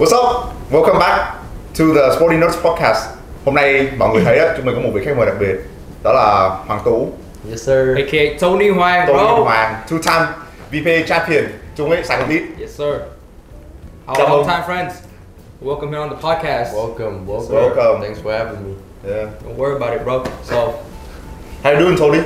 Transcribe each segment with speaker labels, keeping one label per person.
Speaker 1: What's up? Welcome back to the Sporting Notes Podcast. Hôm nay mọi người thấy đó, chúng mình có một vị khách mời đặc biệt. Đó là Hoàng Tú,
Speaker 2: Yes sir.
Speaker 3: AKA Tony Hoàng
Speaker 1: Tô
Speaker 3: bro.
Speaker 1: Minh Hoàng, two time VP champion. Chúng ấy Sài Gòn Hit.
Speaker 3: Yes sir. Our
Speaker 1: Chào mừng.
Speaker 3: long time friends. Welcome here on the podcast.
Speaker 2: Welcome, welcome.
Speaker 1: Welcome.
Speaker 2: Thanks for having me.
Speaker 1: Yeah.
Speaker 3: Don't worry about it, bro. So,
Speaker 1: How you doing, Tony?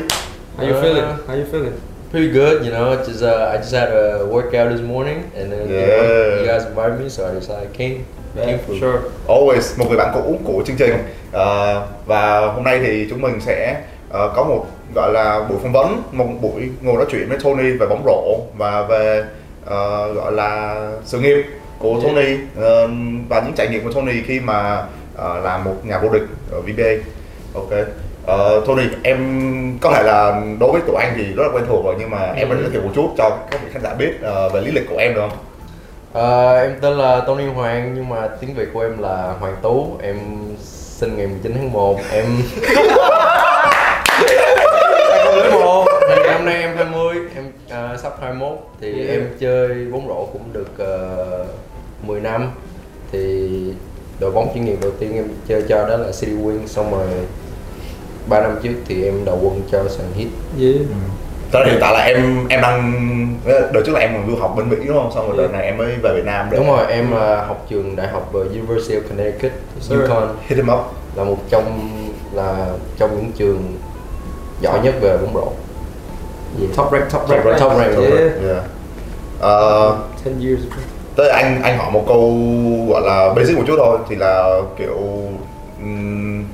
Speaker 3: how you
Speaker 2: Uh,
Speaker 3: feeling? How you feeling?
Speaker 2: Pretty good, you know. Just uh, I just had a workout this morning, and then you,
Speaker 1: Yeah.
Speaker 2: know, you guys invited me, so I just I came.
Speaker 3: Yeah,
Speaker 2: came for
Speaker 3: sure.
Speaker 1: Always, một người bạn cũ của chương trình. Ờ, và hôm nay thì chúng mình sẽ ờ, có một gọi là buổi phỏng vấn, một buổi ngồi nói chuyện với Tony về bóng rổ và về ờ, gọi là sự nghiệp của
Speaker 2: Yeah.
Speaker 1: Tony ờ, và những trải nghiệm của Tony khi mà ờ, là một nhà vô địch ở VBA. Ok. Ờ, Tony, em có thể là đối với tụi anh thì rất là quen thuộc rồi nhưng mà em vẫn giới thiệu một chút cho các vị khán giả biết ờ, về lý lịch của em được không?
Speaker 2: Ờ, em tên là Tony Hoàng nhưng mà tiếng Việt của em là Hoàng Tú. Em sinh ngày 19 tháng 1. Em 2001 thì năm nay em 20, em à, sắp 21 thì
Speaker 3: Yeah.
Speaker 2: em chơi bóng rổ cũng được ờ, 10 năm. Thì đội bóng chuyên nghiệp đầu tiên em chơi cho đó là City Wing xong rồi 3 năm trước thì em đầu quân cho sàn hit
Speaker 3: Yeah.
Speaker 1: Thật ra hiện tại là em em đang đợt trước là em còn du học bên Mỹ đúng không? Xong rồi đợt này em mới về Việt Nam
Speaker 3: Dạ.
Speaker 1: để
Speaker 2: Ừ. đúng rồi em ờ, học trường đại học ờ, University of Connecticut
Speaker 3: Sir.
Speaker 2: UConn
Speaker 1: hit em up.
Speaker 2: là một trong là trong những trường giỏi nhất về bóng rổ yeah.
Speaker 3: Top rank, top
Speaker 1: Top
Speaker 3: rank,
Speaker 1: rank,
Speaker 2: top rank,
Speaker 1: Xong rồi,
Speaker 3: Yeah.
Speaker 1: yeah. Ờ,
Speaker 3: 10 years. Bro.
Speaker 1: tới anh anh hỏi một câu gọi là basic một chút thôi thì là kiểu um,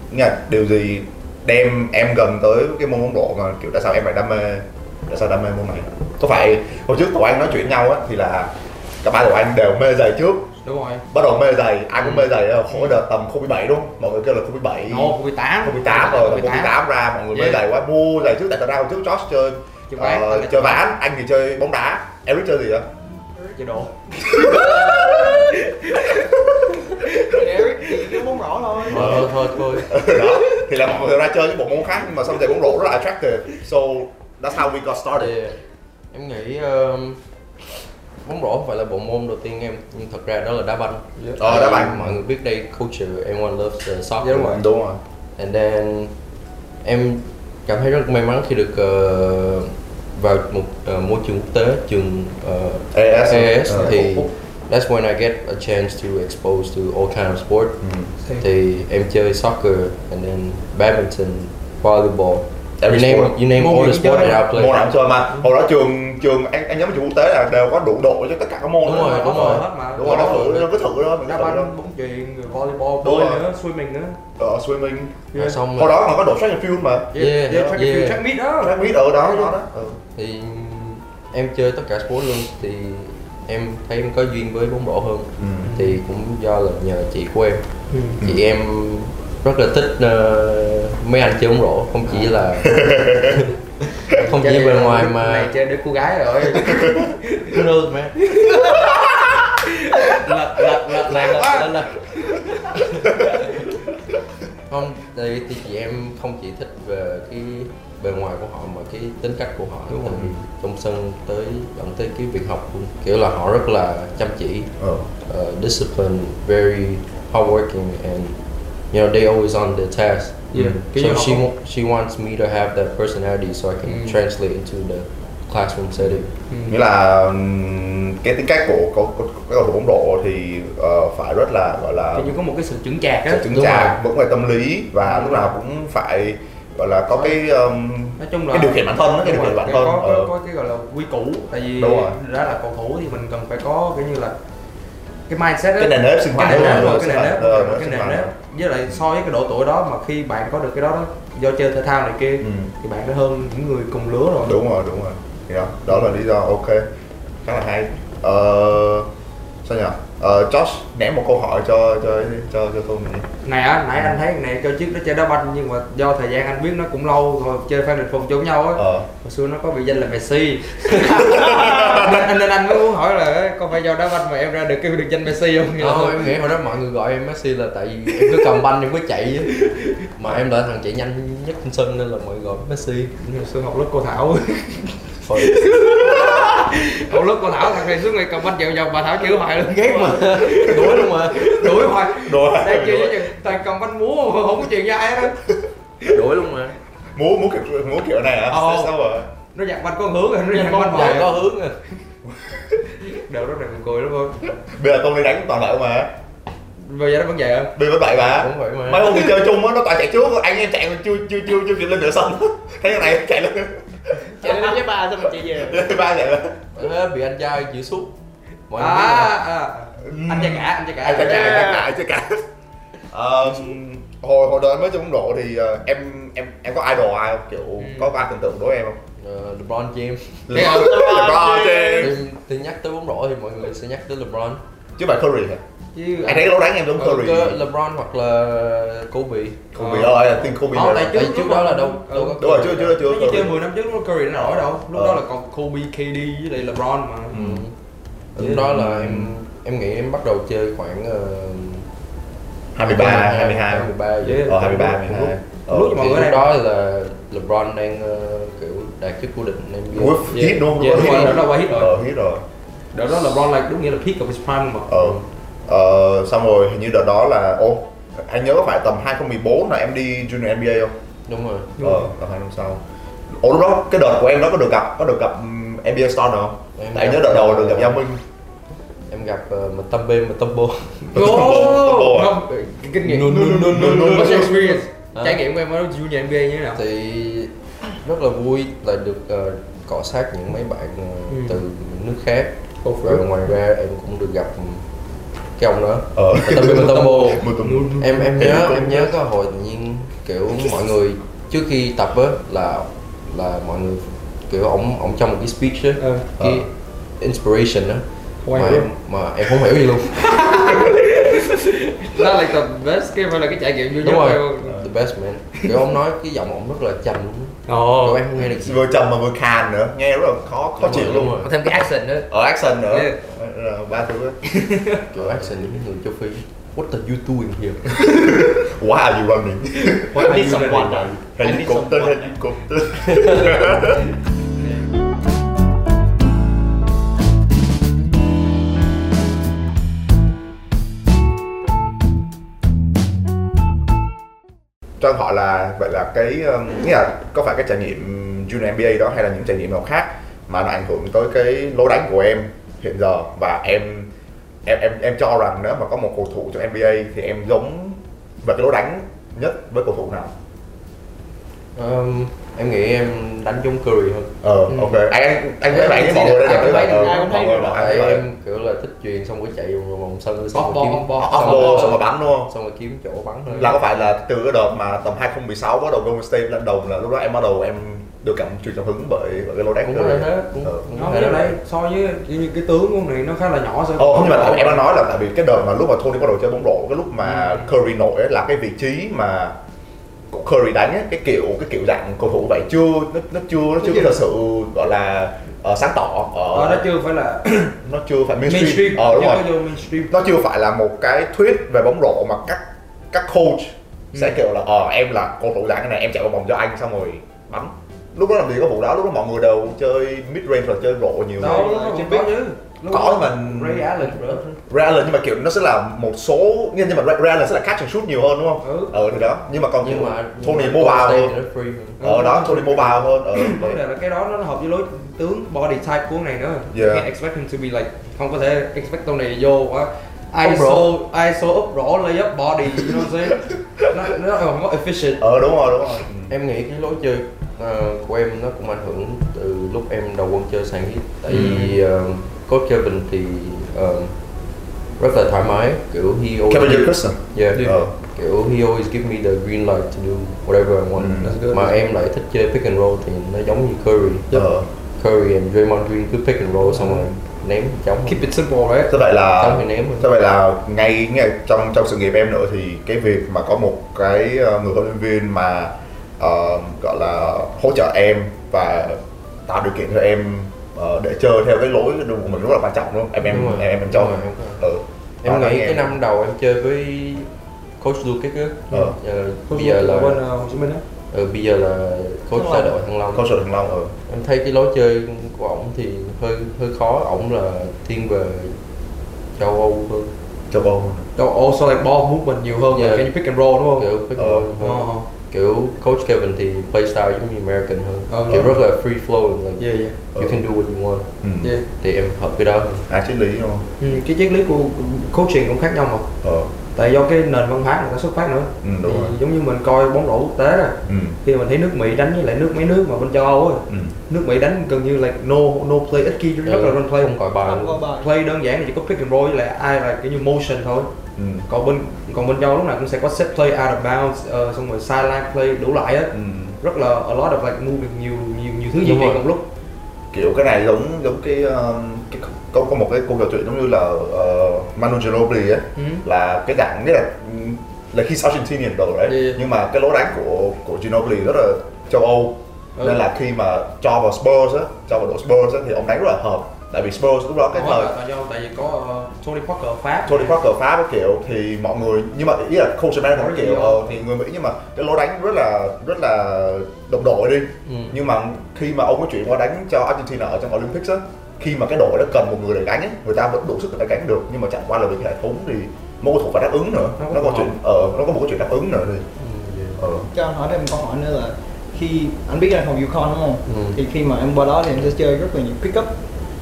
Speaker 1: điều gì đem em gần tới cái môn bóng rổ mà kiểu tại sao em lại đam mê tại sao đam mê môn này có phải hồi trước tụi anh nói chuyện nhau á thì là cả ba tụi anh đều mê giày trước
Speaker 3: Đúng rồi.
Speaker 1: bắt đầu mê giày ai cũng mê giày khổ đợt tầm không bảy đúng không mọi người kêu là không bảy
Speaker 3: Ồ, 18.
Speaker 1: 2018 rồi, 2018 ra mọi người mới
Speaker 3: Yeah.
Speaker 1: giày quá mua giày trước tại thật ra hồi trước Josh chơi ờ,
Speaker 3: Chơi ván, anh là
Speaker 1: chơi ván, anh thì chơi bóng đá, Eric chơi gì vậy?
Speaker 3: Chế độ. Eric thì cái bóng rổ thôi.
Speaker 2: thôi Ờ, thôi thôi
Speaker 1: Đó, thì là mọi người ra chơi những bộ môn khác nhưng mà xong giày bóng rổ rất là attractive. So that's how we got started.
Speaker 2: Thì em nghĩ um, bóng rổ không phải là bộ môn đầu tiên em nhưng thật ra đó là đá banh
Speaker 1: Ờ, đá banh.
Speaker 2: mọi người biết đây culture everyone loves uh, soccer
Speaker 3: Dạ, đúng rồi.
Speaker 1: Đúng rồi.
Speaker 2: and then em cảm thấy rất may mắn khi được ờ, vào một ờ, môi trường quốc tế trường ờ,
Speaker 1: AS.
Speaker 2: AS
Speaker 1: Ờ.
Speaker 2: thì that's when I get a chance to expose to all kind of sport
Speaker 1: Ừ.
Speaker 3: Same.
Speaker 2: thì em chơi soccer and then badminton volleyball
Speaker 1: Every
Speaker 2: you name
Speaker 1: sport.
Speaker 2: you name
Speaker 3: Môn
Speaker 2: all
Speaker 3: gì
Speaker 2: the
Speaker 3: cũng
Speaker 2: sport that
Speaker 3: chơi
Speaker 2: I
Speaker 1: Môn nào
Speaker 2: play
Speaker 1: cũng chơi mà hồi đó trường trường anh anh nhớ trường quốc tế là đều có đủ độ cho tất cả các môn
Speaker 2: Đúng
Speaker 1: đó.
Speaker 2: rồi, đúng rồi.
Speaker 3: Hết mà.
Speaker 1: Đúng rồi, nó thử nó cứ thử đó, mình cứ
Speaker 3: Đá
Speaker 1: thử đó.
Speaker 3: banh, bóng chuyền, rồi volleyball,
Speaker 1: Đúng
Speaker 3: bơi
Speaker 1: rồi.
Speaker 3: nữa, swimming nữa.
Speaker 1: Ờ, swimming.
Speaker 2: Rồi xong
Speaker 1: Hồi đó còn có độ track and field mà.
Speaker 2: Yeah,
Speaker 3: yeah, track and field,
Speaker 2: yeah.
Speaker 3: track meet đó.
Speaker 1: Track meet ở đó đó. đó. Ừ.
Speaker 2: thì em chơi tất cả sport luôn thì em thấy em có duyên với bóng rổ hơn thì cũng do là nhờ chị của em chị em rất là thích ờ, mấy anh chơi bóng rổ không chỉ là không chỉ
Speaker 3: Chơi-
Speaker 2: bên ngoài
Speaker 3: Này
Speaker 2: mà
Speaker 3: chơi đứa cô gái rồi.
Speaker 2: Who knows, man?
Speaker 3: lật lật
Speaker 2: Là-
Speaker 3: lật lật
Speaker 2: là- là-
Speaker 3: quá.
Speaker 2: là- không thì, thì chị em không chỉ thích về cái bề ngoài của họ mà cái tính cách của họ
Speaker 3: Đúng
Speaker 2: Tại
Speaker 3: rồi.
Speaker 2: vì trong sân tới dẫn tới cái việc học luôn kiểu là họ rất là chăm chỉ
Speaker 1: Ờ.
Speaker 2: uh, disciplined very hardworking and you know they always on the task Mm.
Speaker 3: Yeah. Cái
Speaker 2: so
Speaker 3: gì họ
Speaker 2: she
Speaker 3: không-
Speaker 2: wa- she wants me to have that personality so I can
Speaker 3: Mm.
Speaker 2: translate into the classroom setting
Speaker 1: nghĩa là ừm, cái tính cách của của- của- của các cầu thủ bóng rổ thì ờ, phải rất là gọi là
Speaker 3: Thì như có một cái sự chững chạc á.
Speaker 1: phải chứng
Speaker 2: đúng
Speaker 1: chạc vững về tâm lý và
Speaker 3: Ừ.
Speaker 1: lúc nào cũng phải gọi là có cái ừm,
Speaker 3: nói chung là
Speaker 1: cái điều kiện bản thân đó, cái điều kiện bản thân
Speaker 3: có,
Speaker 1: Ờ.
Speaker 3: có, có cái gọi là quy củ tại vì
Speaker 1: Đúng rồi.
Speaker 3: đã là cầu thủ thì mình cần phải có cái như là cái mindset đó
Speaker 1: cái nền nếp sinh hoạt
Speaker 3: cái nền
Speaker 1: đúng
Speaker 3: nếp
Speaker 1: rồi,
Speaker 3: rồi, cái
Speaker 1: sinh
Speaker 3: nền
Speaker 1: hoạt,
Speaker 3: nếp
Speaker 1: ờ,
Speaker 3: rồi,
Speaker 1: nền
Speaker 3: cái
Speaker 1: sinh
Speaker 3: nền
Speaker 1: hoạt.
Speaker 3: nếp với lại so với cái độ tuổi đó mà khi bạn có được cái đó, đó do chơi thể thao này kia
Speaker 1: Ừ.
Speaker 3: thì bạn đã hơn những người cùng lứa rồi
Speaker 1: đúng rồi đúng rồi thì đó đó là lý do ok khá là hay Ờ, sao nhỉ Ờ, Josh ném một câu hỏi cho cho cho cho tôi mình đi.
Speaker 3: này á nãy anh thấy thằng này kêu chiếc nó chơi đá banh nhưng mà do thời gian anh biết nó cũng lâu rồi chơi phan đình phùng chung nhau á
Speaker 1: Ờ.
Speaker 3: hồi xưa nó có bị danh là Messi nên, nên anh mới muốn hỏi là có phải do đá banh mà em ra được kêu được danh Messi không Nghĩa là-
Speaker 2: Ờ, em nghĩ hồi đó mọi người gọi em Messi là tại vì em cứ cầm banh em cứ chạy chứ mà em là thằng chạy nhanh nhất trên sân nên là mọi người gọi em Messi
Speaker 3: hồi xưa học lớp cô Thảo
Speaker 2: Thôi,
Speaker 3: một lúc con thảo thằng này xuống ngay cầm banh dạo vòng bà thảo chửi hoài luôn
Speaker 2: ghét mà đuổi luôn mà
Speaker 3: đuổi hoài
Speaker 1: Đùa.
Speaker 3: đang chơi với chừng toàn cầm banh múa mà không có chuyện với ai đó
Speaker 2: đuổi luôn mà
Speaker 1: múa múa kiểu múa kiểu này hả
Speaker 3: Ồ.
Speaker 1: sao rồi
Speaker 3: nó giặt banh con hướng rồi nó giặt banh
Speaker 2: Dạ,
Speaker 3: hoài
Speaker 2: có hướng à
Speaker 3: đầu rất là buồn cười lắm không
Speaker 1: bây giờ tôi đi đánh toàn lợi mà
Speaker 3: bây giờ nó vẫn vậy không
Speaker 1: bây giờ vậy mà
Speaker 2: Đúng vậy mà.
Speaker 1: mấy hôm mình chơi chung á nó toàn chạy trước anh em chạy còn chưa chưa chưa chưa kịp lên nửa sân thấy cái này chạy lên
Speaker 4: chạy lên với ba xong rồi chạy về
Speaker 1: ba chạy lên
Speaker 2: Ờ, bị anh trai chửi suốt mọi
Speaker 3: à,
Speaker 2: người
Speaker 3: à, anh trai cả anh trai cả
Speaker 1: anh chạy chạy chạy chạy chạy chạy hồi hồi đó em mới chơi bóng rổ thì ờ, em em em có idol ai không kiểu
Speaker 3: Ừ.
Speaker 1: có ai tưởng tượng đối với em không
Speaker 2: Ờ, LeBron James
Speaker 3: à?
Speaker 1: LeBron LeBron James
Speaker 2: thì, thì nhắc tới bóng rổ thì mọi người sẽ nhắc tới LeBron
Speaker 1: chứ bạn Curry hả
Speaker 3: chứ
Speaker 1: anh thấy lối đánh em
Speaker 3: Ừ,
Speaker 1: giống
Speaker 2: Ờ,
Speaker 1: Curry
Speaker 2: cơ LeBron hoặc là Kobe
Speaker 1: Kobe
Speaker 3: Ờ.
Speaker 1: rồi tin Kobe
Speaker 3: Không,
Speaker 1: rồi
Speaker 3: tại-
Speaker 2: Tại trước đó là đâu đâu có
Speaker 1: đúng rồi chưa chưa
Speaker 3: Nó
Speaker 1: chưa
Speaker 3: như chơi
Speaker 1: Curry
Speaker 3: 10 năm trước lúc Curry nó nổi đâu Lúc
Speaker 1: Ờ.
Speaker 3: đó là còn Kobe, KD với lại LeBron mà
Speaker 2: Ừ. Lúc đó là em em nghĩ em bắt đầu chơi khoảng ờ,
Speaker 1: 23 22
Speaker 2: 23 vậy.
Speaker 3: Yeah.
Speaker 1: Ờ, 23 22 Ờ.
Speaker 3: Lúc mà
Speaker 2: Thì
Speaker 3: mọi người
Speaker 2: lúc
Speaker 3: đang
Speaker 2: đó là LeBron đang ờ, kiểu đạt chức vô địch NBA.
Speaker 1: Ui, hit đúng không?
Speaker 3: Dạ, đúng rồi,
Speaker 1: Hit.
Speaker 3: đó là qua hit rồi.
Speaker 1: Ờ, hit rồi.
Speaker 3: Đợt đó LeBron là đúng nghĩa là peak of his prime mà
Speaker 1: Ờ. Ờ, xong rồi hình như đợt đó là ô anh nhớ có phải tầm 2014 là em đi Junior NBA không?
Speaker 2: Đúng rồi.
Speaker 3: Đúng
Speaker 1: Ờ,
Speaker 3: rồi.
Speaker 1: tầm hai năm sau. Ủa lúc đó cái đợt của em đó có được gặp có được gặp ừm, NBA Star nào không?
Speaker 2: Em
Speaker 1: Tại
Speaker 2: gặp-
Speaker 1: nhớ đợt đầu được gặp Giao Minh.
Speaker 2: Em gặp uh, Matambe Matambo.
Speaker 1: Ồ.
Speaker 3: Ồ, không, kinh nghiệm
Speaker 2: No, no, no, no, no, no.
Speaker 3: What's your experience?
Speaker 2: Hả?
Speaker 3: Trải nghiệm của em ở Junior NBA như thế nào?
Speaker 2: thì rất là vui là được ờ, cọ sát những mấy bạn ờ,
Speaker 3: Ừ.
Speaker 2: từ nước khác. Và ngoài ra em cũng được gặp cái ông đó.
Speaker 1: Ờ.
Speaker 2: Matambe Matambo.
Speaker 1: Một tuần.
Speaker 2: em em
Speaker 1: Thì
Speaker 2: nhớ
Speaker 1: cũng-
Speaker 2: em nhớ có hồi tự nhiên kiểu mọi người trước khi tập á là là mọi người kiểu ổng ổng trong một cái speech á
Speaker 3: Ờ.
Speaker 2: cái inspiration á
Speaker 3: Ôi,
Speaker 2: mà
Speaker 3: hiểu.
Speaker 2: em mà em không hiểu gì luôn
Speaker 3: Đó là tập best cái phải là cái trải nghiệm vui nhất
Speaker 2: đúng
Speaker 3: của
Speaker 2: rồi
Speaker 3: em
Speaker 2: the best man kiểu ông nói cái giọng ổng rất là trầm luôn
Speaker 3: Ồ
Speaker 2: Kiểu Ờ. em không nghe được gì
Speaker 1: Vừa trầm mà vừa khàn nữa, nghe rất là khó khó
Speaker 2: Đúng
Speaker 1: chịu
Speaker 2: rồi, đúng
Speaker 1: luôn.
Speaker 2: rồi.
Speaker 4: Có thêm cái action nữa
Speaker 1: Ở action nữa.
Speaker 3: Yeah.
Speaker 1: Ờ, ba thứ. á.
Speaker 2: kiểu action những người châu phi what are you doing here
Speaker 1: Why are you running?
Speaker 4: anh đi sòng quạt rồi anh đi sòng
Speaker 1: Helicopter,
Speaker 4: quạt
Speaker 1: helicopter. cho anh hỏi là vậy là cái um, nghĩa là có phải cái trải nghiệm Junior NBA đó hay là những trải nghiệm nào khác mà nó ảnh hưởng tới cái lối đánh của em hiện giờ và em em em em cho rằng nếu mà có một cầu thủ trong NBA thì em giống về cái lối đánh nhất với cầu thủ nào?
Speaker 2: um, em nghĩ em đánh giống Curry hơn
Speaker 1: Ờ ok anh anh anh với
Speaker 2: Em
Speaker 1: bạn với
Speaker 2: thấy
Speaker 1: mọi người đây
Speaker 2: được,
Speaker 1: được
Speaker 2: em thấy
Speaker 1: rồi.
Speaker 4: được, ai
Speaker 1: Ờ,
Speaker 4: cũng
Speaker 1: mọi
Speaker 4: thấy
Speaker 1: người
Speaker 4: được.
Speaker 1: bảo
Speaker 2: tại
Speaker 1: anh vậy.
Speaker 2: em kiểu là thích chuyền xong rồi chạy vòng vòng sân
Speaker 3: Bóp
Speaker 2: xong
Speaker 3: bò,
Speaker 2: rồi
Speaker 3: bóp
Speaker 2: kiếm
Speaker 3: bò.
Speaker 1: Off
Speaker 2: xong
Speaker 1: ball
Speaker 2: rồi-
Speaker 1: xong rồi bắn đúng không?
Speaker 2: xong rồi kiếm chỗ bắn thôi
Speaker 1: Là có phải là từ cái đợt mà tầm 2016 bắt đầu Golden State lên đồng là lúc đó em bắt đầu em được cảm truyền cảm hứng bởi bởi cái lối đánh
Speaker 2: cũng
Speaker 1: của
Speaker 2: có thể
Speaker 1: em.
Speaker 2: thế cũng,
Speaker 1: Ờ.
Speaker 2: cũng
Speaker 3: Nó
Speaker 2: có thể
Speaker 3: với
Speaker 2: thế.
Speaker 3: lại so với kiểu như cái tướng của này nó khá là nhỏ so
Speaker 1: Ờ, không nhưng mà tại em đã nói là tại vì cái đợt mà lúc mà Tony bắt đầu chơi bóng rổ cái lúc mà Curry nổi ấy, là cái vị trí mà của Curry đánh ấy, cái kiểu cái kiểu dạng cầu thủ vậy chưa nó, nó chưa nó chưa
Speaker 3: Đúng
Speaker 1: có thật sự gọi là ờ, sáng tỏ ở
Speaker 3: Ờ, nó chưa phải là
Speaker 1: nó chưa phải mainstream,
Speaker 3: mainstream
Speaker 1: ờ đúng
Speaker 3: chưa
Speaker 1: rồi
Speaker 3: có vô mainstream
Speaker 1: nó chưa phải là một cái thuyết về bóng rổ mà các các coach
Speaker 2: Ừ.
Speaker 1: sẽ kiểu là ờ em là cầu thủ dạng cái này em chạy vào vòng cho anh xong rồi bắn lúc đó làm gì có vụ đó lúc đó mọi người đều chơi mid range rồi chơi rổ nhiều
Speaker 3: Đâu,
Speaker 1: rồi.
Speaker 3: lúc đó
Speaker 1: Chứ
Speaker 3: cũng
Speaker 1: biết
Speaker 3: có chứ Lúc
Speaker 1: Có
Speaker 3: đó
Speaker 1: mà-
Speaker 3: Ray Allen bro.
Speaker 1: Ray Allen nhưng mà kiểu nó sẽ là một số nhưng nhưng mà Ray- Ray Allen sẽ là catch and shoot nhiều hơn đúng không?
Speaker 3: Ừ.
Speaker 1: Ờ thì đó, nhưng mà còn
Speaker 2: nhưng
Speaker 1: kiểu
Speaker 2: mà
Speaker 1: Tony
Speaker 2: nhưng mà
Speaker 1: mobile
Speaker 2: Golden
Speaker 1: hơn.
Speaker 2: State Ừ. thì nó free hơn.
Speaker 1: Ờ đó, Tony mobile hơn. Ờ.
Speaker 3: vấn đề là cái đó nó hợp với lối tướng body type của con này nữa
Speaker 1: Yeah.
Speaker 3: You can't expect him to be like không có thể expect con này vô quá
Speaker 2: Up
Speaker 3: ISO
Speaker 2: roll.
Speaker 3: ISO up roll layup body you know what I'm saying nó nó không có efficient
Speaker 1: Ờ đúng rồi, đúng rồi. Ừ.
Speaker 2: em nghĩ cái lối chơi ờ, của em nó cũng ảnh hưởng từ lúc em đầu quân chơi sàn hit tại vì ờ, coach Kevin thì ờ, rất là thoải mái kiểu he always
Speaker 1: Kevin Jefferson.
Speaker 2: yeah,
Speaker 1: Ờ.
Speaker 2: kiểu he always give me the green light to do whatever I want
Speaker 1: Ừ.
Speaker 3: That's good.
Speaker 2: mà em lại thích chơi pick and roll thì nó giống như Curry
Speaker 1: Ờ.
Speaker 2: Curry and Draymond Green cứ pick and roll xong rồi ném trống
Speaker 3: keep it simple đấy
Speaker 1: Thế vậy là
Speaker 2: Xong thì ném rồi.
Speaker 1: Thế vậy là ngay ngay trong trong sự nghiệp em nữa thì cái việc mà có một cái ờ, người huấn luyện viên mà ờ, gọi là hỗ trợ em và tạo điều kiện cho em ờ, để chơi theo cái lối đường của mình rất là quan trọng đúng không? Em em
Speaker 2: Đúng rồi.
Speaker 1: em em, em cho
Speaker 2: Đúng rồi, đúng
Speaker 1: ừ. Đó,
Speaker 2: em
Speaker 1: đó
Speaker 2: nghĩ
Speaker 1: nghe.
Speaker 2: cái năm đầu em chơi với coach Lukic á
Speaker 1: Ờ.
Speaker 2: ờ, bây giờ là
Speaker 3: bên Hồ Chí Minh á
Speaker 2: ừ, bây giờ là coach
Speaker 4: Thăng
Speaker 2: đã
Speaker 4: Long.
Speaker 2: đội Thăng Long
Speaker 1: Câu sở Thăng Long ừ.
Speaker 2: em thấy cái lối chơi của ổng thì hơi hơi khó ổng là thiên về châu Âu hơn
Speaker 1: Châu Âu.
Speaker 3: Đâu, oh, so like ball movement nhiều hơn là
Speaker 1: Dạ.
Speaker 2: Yeah.
Speaker 3: cái pick and roll đúng không?
Speaker 2: kiểu
Speaker 1: Ờ.
Speaker 2: football
Speaker 3: Ờ,
Speaker 2: hơn. kiểu coach Kevin thì playstyle giống như American hơn
Speaker 3: Ờ.
Speaker 2: kiểu rất là free flowing like
Speaker 3: Yeah, yeah.
Speaker 2: you can do what you want
Speaker 1: Ừ.
Speaker 3: yeah.
Speaker 2: thì em hợp cái đó
Speaker 1: Hai triết lý đúng không?
Speaker 3: Ừ, cái triết lý của coaching cũng khác nhau mà.
Speaker 1: Ờ.
Speaker 3: Tại do cái nền văn hóa người ta xuất phát nữa.
Speaker 1: Ừ, đúng
Speaker 3: thì
Speaker 1: rồi.
Speaker 3: giống như mình coi bóng rổ quốc tế rồi.
Speaker 1: Ừ.
Speaker 3: Khi mình thấy nước Mỹ đánh với lại nước mấy nước mà bên châu Âu ấy,
Speaker 1: Ừ.
Speaker 3: nước Mỹ đánh gần như là no no play ít khi rất là run play.
Speaker 2: Ờ, không gọi bài
Speaker 4: Không có
Speaker 2: luôn
Speaker 4: bài.
Speaker 3: Play đơn giản là chỉ có pick and roll với lại ai là kiểu như motion thôi.
Speaker 1: Ừ.
Speaker 3: Còn bên còn bên châu lúc nào cũng sẽ có set play out of bounds ờ, xong rồi sideline play đủ loại á.
Speaker 1: Ừ.
Speaker 3: Rất là a lot of like moving nhiều nhiều nhiều thứ
Speaker 2: Đúng
Speaker 3: di chuyển
Speaker 2: rồi.
Speaker 3: cùng lúc.
Speaker 1: Kiểu cái này giống giống cái, um, cái có có một cái câu trò chuyện giống như là uh, Manu Ginobili ấy
Speaker 3: Ừ.
Speaker 1: là cái dạng như là là khi Argentinian đồ đấy
Speaker 3: Yeah.
Speaker 1: nhưng mà cái lối đánh của của Ginobili rất là châu Âu
Speaker 3: Ừ.
Speaker 1: nên là khi mà cho vào Spurs á cho vào đội Spurs á thì ông đánh rất là hợp tại vì Spurs lúc đó cái
Speaker 3: Đó
Speaker 1: thời
Speaker 3: là do tại vì có ờ, Tony Parker ở Pháp.
Speaker 1: Tony Parker Pháp cái kiểu thì mọi người nhưng mà ý là coach American
Speaker 3: Nói
Speaker 1: cái kiểu
Speaker 3: gì
Speaker 1: ờ, thì người Mỹ nhưng mà cái lối đánh rất là rất là đồng đội đi
Speaker 2: Ừ.
Speaker 1: nhưng mà khi mà ông có chuyển qua đánh cho Argentina ở trong Olympics á khi mà cái đội đó cần một người để gánh ấy, người ta vẫn đủ sức để gánh được nhưng mà chẳng qua là vì cái hệ thống thì mỗi cầu thủ phải đáp ứng nữa
Speaker 3: Nó
Speaker 1: nó,
Speaker 3: có
Speaker 1: có
Speaker 3: phù
Speaker 1: chuyện ờ nó có một cái chuyện đáp ứng nữa thì
Speaker 2: Ừ,
Speaker 1: ờ
Speaker 4: cho anh hỏi thêm một câu hỏi nữa là khi anh biết anh học UConn đúng không
Speaker 2: Ừ.
Speaker 4: thì khi mà em qua đó thì em sẽ chơi rất là nhiều pick up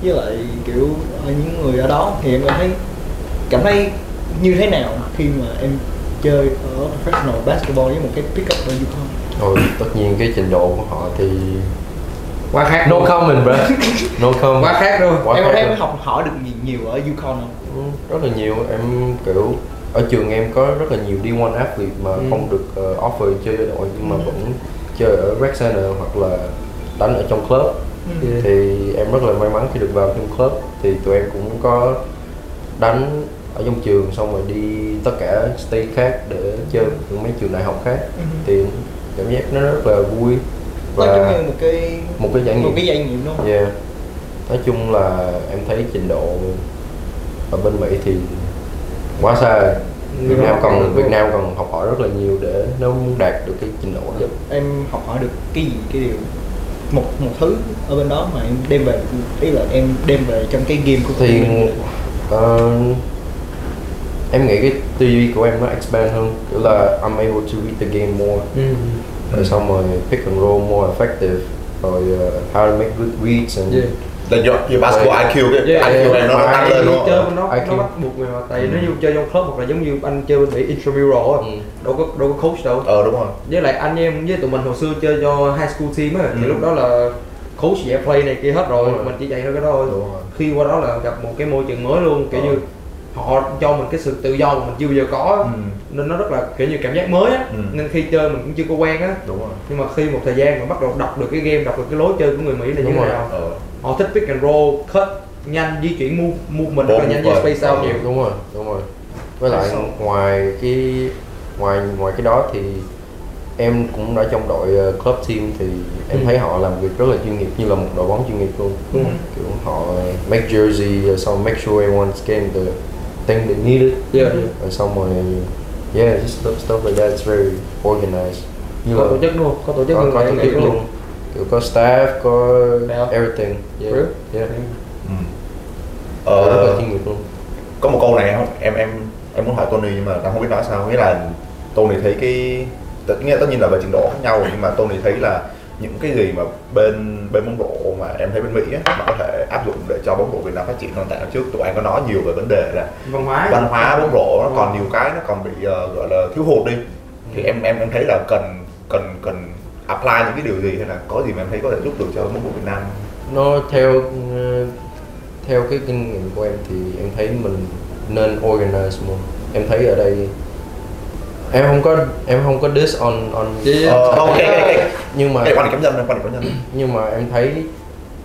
Speaker 4: với lại kiểu ờ, những người ở đó thì em cảm thấy cảm thấy như thế nào khi mà em chơi ở professional basketball với một cái pick up ở UConn
Speaker 2: rồi tất nhiên cái trình độ của họ thì
Speaker 3: Quá khác.
Speaker 2: no comment bro no comment
Speaker 3: quá khác luôn.
Speaker 2: Quá
Speaker 4: em
Speaker 2: khác
Speaker 4: có thấy
Speaker 2: luôn.
Speaker 4: em học hỏi được gì nhiều ở UConn không
Speaker 2: Ừ, rất là nhiều em kiểu ở trường em có rất là nhiều D1 athlete mà
Speaker 3: Ừ.
Speaker 2: không được ờ, offer chơi cho đội nhưng mà vẫn chơi ở rec center hoặc là đánh ở trong club
Speaker 3: Ừ.
Speaker 2: thì em rất là may mắn khi được vào trong club thì tụi em cũng có đánh ở trong trường xong rồi đi tất cả state khác để chơi những mấy trường đại học khác
Speaker 4: Ừ.
Speaker 2: thì cảm giác nó rất là vui
Speaker 4: nó giống
Speaker 2: và
Speaker 4: như một cái
Speaker 2: một cái trải nghiệm
Speaker 4: một cái trải nghiệm đúng không
Speaker 2: Yeah. Dạ. Nói chung là em thấy trình độ ở bên Mỹ thì quá xa rồi. Việt Nam còn Việt Nam còn học hỏi rất là nhiều để nếu muốn đạt được cái trình độ đó.
Speaker 4: em học hỏi được cái gì cái điều một một thứ ở bên đó mà em đem về ý là em đem về trong cái game của
Speaker 2: Thì
Speaker 4: mình.
Speaker 2: ờ, em nghĩ cái tư duy của em nó expand hơn kiểu là I'm able to read the game more
Speaker 3: Ừ.
Speaker 2: rồi xong rồi pick and roll more effective rồi ờ, how to make good reads and
Speaker 3: Yeah.
Speaker 1: là do do basketball
Speaker 2: Vậy-
Speaker 1: IQ cái
Speaker 3: Yeah,
Speaker 1: IQ
Speaker 2: yeah,
Speaker 1: em nó
Speaker 2: yeah.
Speaker 1: tăng
Speaker 3: Tại
Speaker 1: lên
Speaker 3: vì
Speaker 1: đúng
Speaker 3: chơi
Speaker 1: không
Speaker 3: bên đó nó
Speaker 2: IQ.
Speaker 3: bắt buộc mà tại
Speaker 1: Ừ.
Speaker 3: nếu như chơi trong club hoặc là giống như anh chơi bên Mỹ intramural á
Speaker 2: Ừ.
Speaker 3: đâu có đâu có coach đâu
Speaker 1: ờ đúng rồi
Speaker 3: với lại anh em với tụi mình hồi xưa chơi cho high school team á thì
Speaker 1: Ừ.
Speaker 3: lúc đó là coach dạy play này kia hết rồi
Speaker 2: Đúng rồi.
Speaker 3: mình chỉ dạy thôi cái đó thôi
Speaker 2: Đúng rồi.
Speaker 3: khi qua đó là gặp một cái môi trường mới luôn kiểu
Speaker 1: Ờ.
Speaker 3: như họ cho mình cái sự tự do mà mình chưa bao giờ có á.
Speaker 1: Ừ.
Speaker 3: nên nó rất là kiểu như cảm giác mới á
Speaker 1: Ừ.
Speaker 3: nên khi chơi mình cũng chưa có quen á
Speaker 1: đúng rồi
Speaker 3: nhưng mà khi một thời gian mình bắt đầu đọc được cái game đọc được cái lối chơi của người mỹ là như
Speaker 2: Đúng
Speaker 3: thế
Speaker 2: rồi.
Speaker 3: nào
Speaker 1: ờ
Speaker 3: họ thích pick and roll cut nhanh di chuyển move move mình rất là
Speaker 1: Ball
Speaker 3: nhanh
Speaker 1: movement.
Speaker 3: với space out
Speaker 1: Ờ.
Speaker 3: nhiều
Speaker 2: đúng rồi đúng rồi với lại
Speaker 3: Sao?
Speaker 2: ngoài cái ngoài ngoài cái đó thì em cũng đã trong đội ờ, club team thì em
Speaker 3: Ừ.
Speaker 2: thấy họ làm việc rất là chuyên nghiệp như là một đội bóng chuyên nghiệp luôn
Speaker 3: Ừ.
Speaker 2: kiểu họ make jersey rồi xong make sure everyone's getting the thing they needed
Speaker 3: Yeah.
Speaker 2: rồi xong rồi yeah just stuff, stuff like that it's very organized như
Speaker 3: có
Speaker 2: là
Speaker 3: tổ chức luôn có tổ chức
Speaker 2: có,
Speaker 3: luôn
Speaker 2: có tổ chức luôn kiểu có staff có
Speaker 3: Phải không?
Speaker 2: everything yeah,
Speaker 3: Really?
Speaker 2: yeah.
Speaker 1: ừ.
Speaker 3: Ừ.
Speaker 2: rất
Speaker 1: ờ
Speaker 2: là chuyên nghiệp luôn
Speaker 1: có một câu này không em em em muốn hỏi Tony nhưng mà đang không biết nói sao nghĩa là Tony thấy cái tất nghĩa tất nhiên là về trình độ khác nhau rồi, nhưng mà Tony thấy là những cái gì mà bên bên bóng rổ mà em thấy bên Mỹ á, mà có thể áp dụng để cho bóng rổ Việt Nam phát triển hơn tại hồi trước tụi anh có nói nhiều về vấn đề là
Speaker 3: văn hóa
Speaker 1: văn hóa bóng rổ nó còn nhiều cái nó còn bị ờ, gọi là thiếu hụt đi thì em em em thấy là cần cần cần apply những cái điều gì hay là có gì mà em thấy có thể giúp được cho bóng rổ Việt Nam
Speaker 2: nó theo ờ, theo cái kinh nghiệm của em thì em thấy mình nên organize more em thấy ở đây em không có em không có diss on on
Speaker 3: Yeah.
Speaker 1: Ờ, ok, ok, ok.
Speaker 2: Dạ. nhưng mà
Speaker 1: cái này quan điểm cá nhân này, quan điểm cá nhân này.
Speaker 2: nhưng mà em thấy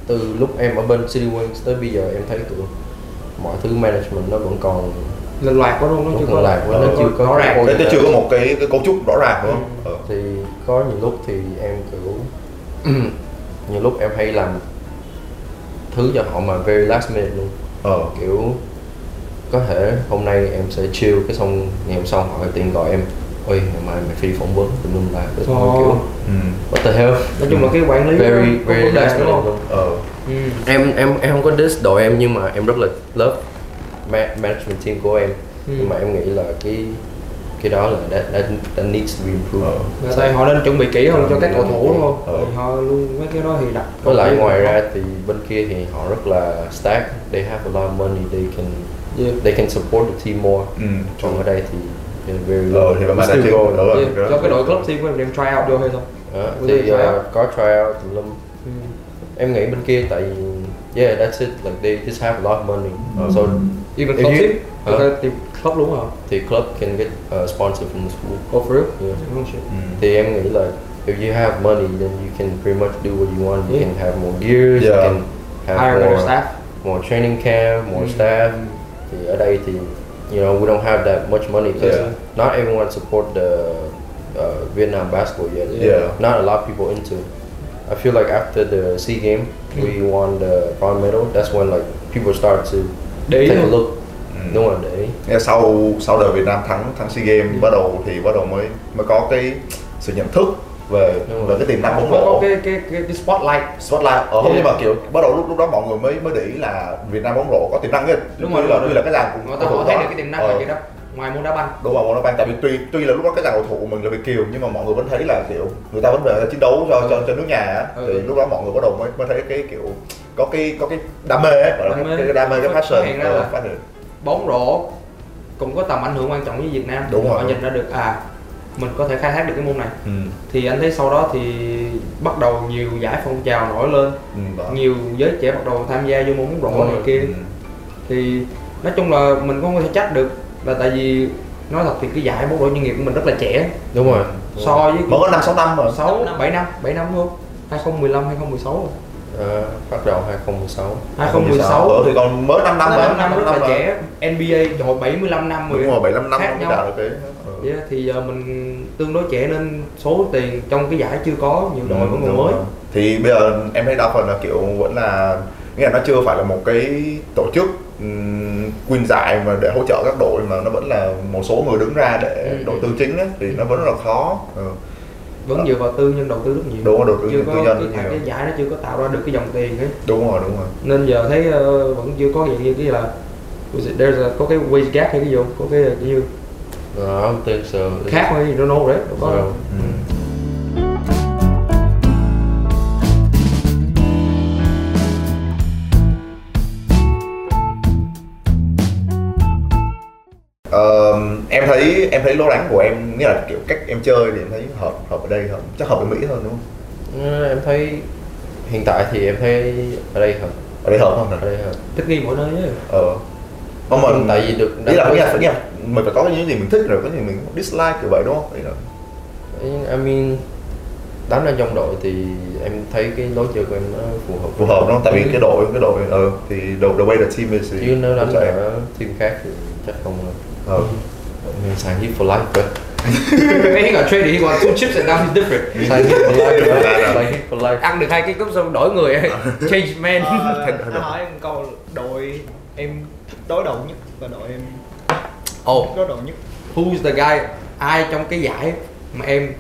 Speaker 2: từ lúc em ở bên City Wings tới bây giờ em thấy tụi mọi thứ management nó vẫn còn
Speaker 3: lần loạt có luôn nó chưa
Speaker 2: vẫn
Speaker 3: có
Speaker 2: còn lạc quá, nó
Speaker 1: Ờ,
Speaker 2: chưa có
Speaker 3: rõ ràng.
Speaker 1: Thế- thế
Speaker 2: organize.
Speaker 1: chưa có một cái, cái cấu trúc rõ ràng đúng không?
Speaker 3: Ừ.
Speaker 1: Ờ.
Speaker 2: thì có nhiều lúc thì em kiểu nhiều lúc em hay làm thứ cho họ mà very last minute luôn
Speaker 1: Ờ.
Speaker 2: kiểu có thể hôm nay em sẽ chill cái xong ngày hôm sau họ tiền gọi em ôi ngày mai mày phi phỏng vấn tùm lum la tùm
Speaker 3: Ồ.
Speaker 2: lum kiểu
Speaker 1: ừ
Speaker 2: what the hell
Speaker 3: nói chung là Ờ. cái quản lý
Speaker 2: very
Speaker 3: nó có
Speaker 2: very
Speaker 3: vấn đề
Speaker 2: last
Speaker 3: đúng
Speaker 2: minute
Speaker 3: không
Speaker 2: luôn
Speaker 1: ờ
Speaker 3: ừ.
Speaker 2: em em em không có diss đội em nhưng mà em rất là love ma- management team của em
Speaker 3: Ừ.
Speaker 2: nhưng mà em nghĩ là cái cái đó là that, that, that needs to be improved
Speaker 3: Là Ờ. tại họ nên chuẩn bị kỹ hơn cho các cầu thủ đúng không?
Speaker 1: Ừ.
Speaker 3: Thì họ luôn mấy cái đó thì đặt
Speaker 2: Với lại
Speaker 3: cầu thủ
Speaker 2: ngoài
Speaker 3: vào.
Speaker 2: ra thì bên kia thì họ rất là stack, they have a lot of money, they can
Speaker 3: Yeah.
Speaker 2: they can support the team more.
Speaker 1: ừ
Speaker 2: Còn ở đây thì they're very
Speaker 1: Ờ, thì bạn đã
Speaker 2: still
Speaker 1: chơi-
Speaker 2: going.
Speaker 1: Đúng rồi,
Speaker 3: Yeah,
Speaker 1: cái đó.
Speaker 3: cho cái đội club team của em đem try out vô hay không?
Speaker 2: Đó,
Speaker 3: Có
Speaker 2: thì
Speaker 3: gì phải
Speaker 2: uh, có tryout tùm lum.
Speaker 3: Ừ.
Speaker 2: Em nghĩ bên kia tại vì- yeah that's it like they just have a lot of money.
Speaker 1: Ờ.
Speaker 2: So
Speaker 3: Even
Speaker 2: If
Speaker 3: club
Speaker 2: you- Ờ.
Speaker 3: team,
Speaker 2: Hả?
Speaker 3: người ta tìm club đúng không?
Speaker 2: thì club can get uh, sponsor from the school.
Speaker 3: Oh for real?
Speaker 2: Yeah.
Speaker 3: Oh shit.
Speaker 1: ừ
Speaker 2: Thì em nghĩ là if you have money then you can pretty much do what you want. You
Speaker 3: Yeah.
Speaker 2: can have more gears,
Speaker 1: Yeah.
Speaker 2: you can have
Speaker 3: Hire better
Speaker 2: more
Speaker 3: staff.
Speaker 2: more training camp, more
Speaker 3: Mm.
Speaker 1: Mm-hmm.
Speaker 2: staff. Thì ở đây thì you know we don't have that much money because
Speaker 1: Yeah.
Speaker 2: not everyone support the uh, Vietnam basketball yet.
Speaker 1: Yeah.
Speaker 2: Not a lot of people into. it. I feel like after the SEA game we
Speaker 1: Mm.
Speaker 2: won the bronze medal. That's when like people start to
Speaker 3: Để ý
Speaker 2: take a
Speaker 3: hơn.
Speaker 2: look.
Speaker 1: Ừ.
Speaker 2: Đúng rồi để ý.
Speaker 1: Nghĩa là sau sau đời Việt Nam thắng thắng SEA
Speaker 3: Ừ.
Speaker 1: Games bắt đầu thì bắt đầu mới mới có cái sự nhận thức về
Speaker 2: Đúng rồi.
Speaker 1: về cái tiềm năng bóng
Speaker 3: Có- có
Speaker 1: rổ
Speaker 3: cái cái cái cái spotlight
Speaker 1: spotlight ờ không
Speaker 3: Yeah.
Speaker 1: nhưng mà kiểu bắt đầu lúc lúc đó mọi người mới mới để ý là Việt Nam bóng rổ có tiềm năng ấy
Speaker 3: Đúng rồi,
Speaker 1: tuy
Speaker 3: đúng
Speaker 1: là
Speaker 3: rồi.
Speaker 1: tuy là cái dàn cũng
Speaker 3: người ta họ thấy được cái tiềm năng
Speaker 1: ờ,
Speaker 3: là cái đó ngoài môn đá banh
Speaker 1: đúng rồi bọn nó bang tại vì tuy tuy là lúc đó cái dàn cầu thủ của mình là Việt kiều nhưng mà mọi người vẫn thấy là kiểu người ta vẫn về người ta chiến đấu cho
Speaker 3: Ừ.
Speaker 1: cho, cho nước nhà á.
Speaker 3: Ừ.
Speaker 1: thì lúc đó mọi người bắt đầu mới mới thấy cái kiểu có cái có cái đam mê ấy, gọi là
Speaker 3: Đam
Speaker 1: cái,
Speaker 3: mê.
Speaker 1: cái đam mê cái
Speaker 3: Phát- phát
Speaker 1: passion
Speaker 3: hiện ra
Speaker 1: ờ,
Speaker 3: là-
Speaker 1: phát hiện.
Speaker 3: bóng rổ cũng có tầm ảnh hưởng quan trọng với Việt Nam
Speaker 1: Đúng
Speaker 3: họ
Speaker 1: rồi.
Speaker 3: nhìn ra được à mình có thể khai thác được cái môn này
Speaker 1: ừ
Speaker 3: thì anh thấy sau đó thì bắt đầu nhiều giải phong trào nổi lên
Speaker 1: ừ đó.
Speaker 3: nhiều giới trẻ bắt đầu tham gia vô môn bóng
Speaker 2: Đúng
Speaker 3: rổ này
Speaker 2: rồi.
Speaker 3: kia
Speaker 1: Ừ.
Speaker 3: thì nói chung là mình cũng không thể trách được là tại vì nói thật thì cái giải bóng rổ chuyên nghiệp của mình rất là trẻ
Speaker 2: Đúng rồi.
Speaker 3: so với
Speaker 1: mới có năm sáu năm mà
Speaker 3: sáu
Speaker 4: năm.
Speaker 3: bảy năm bảy năm thôi 2015 2016
Speaker 2: Ờ, bắt đầu 2016.
Speaker 3: 2016
Speaker 1: Ờ, thì còn mới 5 năm
Speaker 3: năm,
Speaker 1: mà
Speaker 3: năm, rất là
Speaker 1: mà.
Speaker 3: trẻ NBA đội 75 năm
Speaker 1: Đúng rồi, 75 năm
Speaker 3: Khác
Speaker 1: mới
Speaker 3: nhau. Dạ.
Speaker 1: đạt được cái ờ.
Speaker 3: Yeah, thì giờ mình tương đối trẻ nên số tiền trong cái giải chưa có nhiều đội
Speaker 1: Ừ,
Speaker 3: vẫn còn
Speaker 1: đúng
Speaker 3: mới
Speaker 1: rồi. Thì bây giờ em thấy đa phần là kiểu vẫn là nghĩa là nó chưa phải là một cái tổ chức um, quyên giải mà để hỗ trợ các đội mà nó vẫn là một số người đứng ra để
Speaker 3: Ừ.
Speaker 1: đầu tư chính ấy, thì nó vẫn rất là khó ừ.
Speaker 3: vẫn dựa vào tư nhân đầu tư rất nhiều
Speaker 1: đúng rồi đầu tư
Speaker 3: chưa
Speaker 1: tư
Speaker 3: có
Speaker 1: nhân
Speaker 3: cái,
Speaker 1: nhiều
Speaker 3: cái giải nó chưa có tạo ra được cái dòng tiền ấy
Speaker 1: đúng rồi đúng rồi
Speaker 3: nên giờ thấy ờ, vẫn chưa có dạng như cái là was it- there's a, có cái wage gap hay cái gì không? có cái ờ, như
Speaker 2: No, I don't think so. It's-
Speaker 3: khác hay gì don't know đấy đâu có
Speaker 2: Ờ.
Speaker 3: đâu
Speaker 1: ừ. Ờ, em thấy em thấy lối đánh của em nghĩa là kiểu cách em chơi thì em thấy hợp hợp ở đây hợp chắc hợp ở Mỹ hơn đúng không?
Speaker 2: Ờ, em thấy hiện tại thì em thấy ở đây hợp
Speaker 1: Ở đây hợp không?
Speaker 2: ở đây hợp
Speaker 3: thích nghi mỗi nơi ấy.
Speaker 1: Ờ. Không mà
Speaker 2: tại vì được
Speaker 1: ý là
Speaker 2: đã-
Speaker 1: nghĩa là, nghĩa là mình phải có những gì mình thích rồi có những gì mình dislike kiểu vậy đúng không? Ý là
Speaker 2: I mean đánh ở trong đội thì em thấy cái lối chơi của em nó phù hợp Ừ,
Speaker 1: phù hợp đúng không? Tại vì cái đội cái đội ờ thì the, the way the team is thì
Speaker 2: chứ nếu đánh
Speaker 1: cho em.
Speaker 2: ở team khác thì chắc không rồi
Speaker 1: Ờ.
Speaker 2: Em sang hit for life rồi
Speaker 3: he got traded he got two chips and now he's different
Speaker 2: sang hit for life rồi
Speaker 1: Dạ,
Speaker 2: Sang hit for life
Speaker 3: ăn được hai cái cúp xong đổi người ấy. change man
Speaker 4: Ờ, anh hỏi em câu đội em thích đối đầu nhất và đội em
Speaker 3: oh
Speaker 4: đối đầu nhất
Speaker 3: who's the guy ai trong cái giải mà em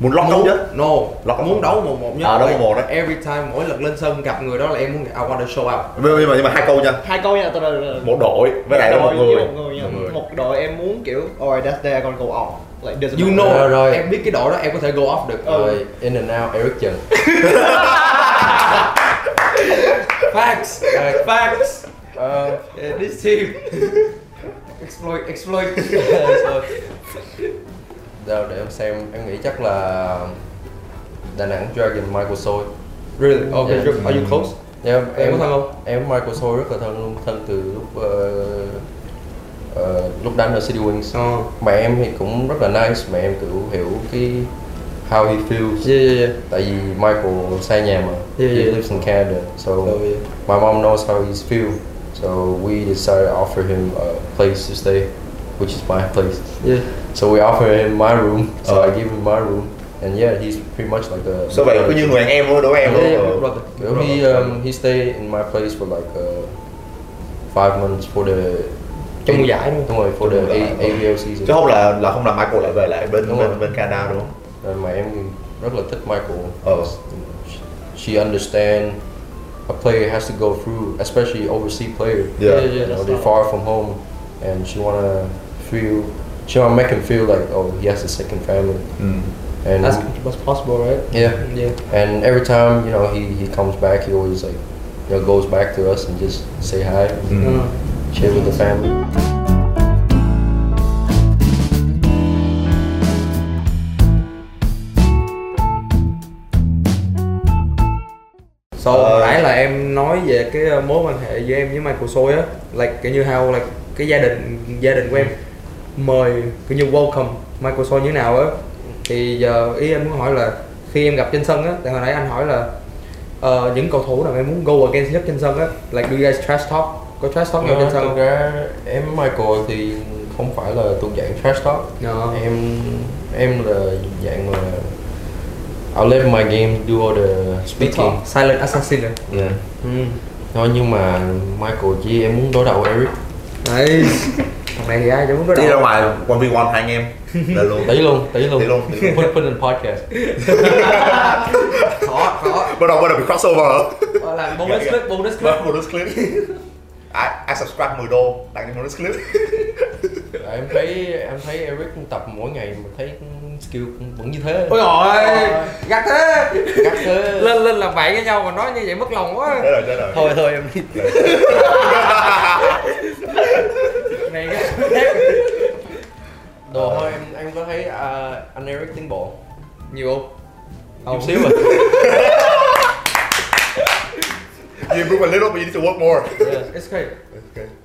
Speaker 1: Muốn lock
Speaker 3: muốn,
Speaker 1: nhất.
Speaker 3: no
Speaker 1: Lock
Speaker 3: muốn
Speaker 1: up.
Speaker 3: đấu một một nhất
Speaker 1: À, đấu
Speaker 3: Like,
Speaker 1: một một đấy.
Speaker 3: every time mỗi lần lên sân gặp người đó là em muốn I want to show out
Speaker 1: Nhưng mà nhưng mà, nhưng mà hai câu nha.
Speaker 4: hai câu nha tôi là
Speaker 1: Một đội với lại là
Speaker 3: Dạ,
Speaker 1: một
Speaker 4: đội với
Speaker 1: người.
Speaker 4: một người nha.
Speaker 1: Một người.
Speaker 4: một đội em muốn kiểu ôi that's there con go on like doesn't
Speaker 3: you
Speaker 4: matter.
Speaker 3: know
Speaker 2: Rồi, rồi.
Speaker 3: em biết cái đội đó em có thể go off được
Speaker 4: Ừ.
Speaker 2: rồi in and out Eric Trần
Speaker 3: Ừ. facts facts
Speaker 2: Ờ,
Speaker 3: Yeah, this team exploit exploit
Speaker 2: Đâu để em xem, em nghĩ chắc là Đà Nẵng Dragon Michael Soi
Speaker 3: really okay
Speaker 2: Yeah.
Speaker 3: are you close
Speaker 2: Em,
Speaker 3: Ừ, Em có thân không?
Speaker 2: Em với Michael Soi rất là thân luôn, thân từ lúc ờ, ờ, lúc đánh ở City Wings
Speaker 3: Ờ.
Speaker 2: Mẹ em thì cũng rất là nice, mẹ em kiểu hiểu cái how he feels
Speaker 3: yeah yeah yeah
Speaker 2: Tại vì Michael xa nhà mà,
Speaker 3: Yeah,
Speaker 2: he
Speaker 3: yeah.
Speaker 2: lives in Canada So
Speaker 3: Oh, yeah.
Speaker 2: my mom knows how he feels So we decided to offer him a place to stay, which is my place
Speaker 3: yeah
Speaker 2: So we offered him my room, so
Speaker 1: Uh.
Speaker 2: I gave him my room, and yeah, he's pretty much like a.
Speaker 1: Sao vậy cứ như người anh em thôi đối với em
Speaker 3: yeah, yeah,
Speaker 1: thôi.
Speaker 3: big brother big
Speaker 2: Kiểu he
Speaker 3: brother.
Speaker 2: um, he stayed in my place for like uh, five months for the
Speaker 3: trong mùa giải đúng không
Speaker 2: đúng rồi for
Speaker 1: Đúng
Speaker 2: the
Speaker 1: rồi.
Speaker 2: A- AVL season
Speaker 1: chứ không là là không là Michael lại về lại bên
Speaker 2: Đúng
Speaker 1: bên,
Speaker 2: rồi.
Speaker 1: bên Canada đúng không
Speaker 2: Rồi mà em rất là thích Michael
Speaker 1: Ờ.
Speaker 2: she understand a player has to go through especially overseas player
Speaker 1: Yeah.
Speaker 4: Yeah, yeah,
Speaker 2: you know
Speaker 4: that's
Speaker 2: they're
Speaker 4: right.
Speaker 2: far from home and she wanna feel she wanna make him feel like oh he has a second family
Speaker 1: ừ.
Speaker 2: and
Speaker 4: That's what's possible, right?
Speaker 2: yeah
Speaker 4: Yeah.
Speaker 2: and every time you know he, he comes back he always like you know goes back to us and just say hi
Speaker 1: Ừ.
Speaker 2: chill with the family
Speaker 3: so hồi nãy là em nói về cái ờ, mối quan hệ giữa em với Michael Soi á like kiểu như how like cái gia đình gia đình của em mời kiểu như welcome Michael Soi như thế nào á thì giờ ý em muốn hỏi là khi em gặp trên sân á tại hồi nãy anh hỏi là ờ, những cầu thủ nào em muốn go against nhất trên sân á like do you guys trash talk có trash talk nhau trên
Speaker 2: Ờ,
Speaker 3: sân
Speaker 2: thực
Speaker 3: không?
Speaker 2: ra em Michael thì không phải là thuộc dạng trash talk
Speaker 3: Ờ.
Speaker 2: em em là dạng là I'll let my game do all the speaking
Speaker 3: Silent Assassin à?
Speaker 2: yeah.
Speaker 3: Ừ.
Speaker 2: Thôi nhưng mà Michael chỉ em muốn đối đầu Eric
Speaker 3: Đấy. Thằng này thì ai chẳng muốn đối
Speaker 1: đi ra
Speaker 3: đầu.
Speaker 1: ngoài one v one hai anh em là luôn
Speaker 2: tí luôn tí luôn
Speaker 1: Tí luôn, tí luôn.
Speaker 2: put put in podcast
Speaker 3: Khó, khó.
Speaker 1: bắt đầu bắt đầu bị crossover
Speaker 3: Gọi Ờ, là bonus clip, bonus clip.
Speaker 1: Bấm bonus clip I, I subscribe 10 đô đăng cái bonus clip
Speaker 2: em thấy em thấy Eric tập mỗi ngày mà thấy skill cũng vẫn như thế
Speaker 3: Ôi rồi, gắt Ờ. thế.
Speaker 2: Gắt thế.
Speaker 3: Lên lên làm bậy với nhau mà nói như vậy mất lòng quá.
Speaker 1: thế rồi thế rồi
Speaker 2: thôi thôi em đi
Speaker 3: Này gắt.
Speaker 2: đồ thôi em em có thấy à, anh Eric tiến bộ
Speaker 3: Nhiều không?
Speaker 2: chút
Speaker 3: Không.
Speaker 2: xíu rồi
Speaker 1: you improve a little but you need to work more
Speaker 3: It's okay.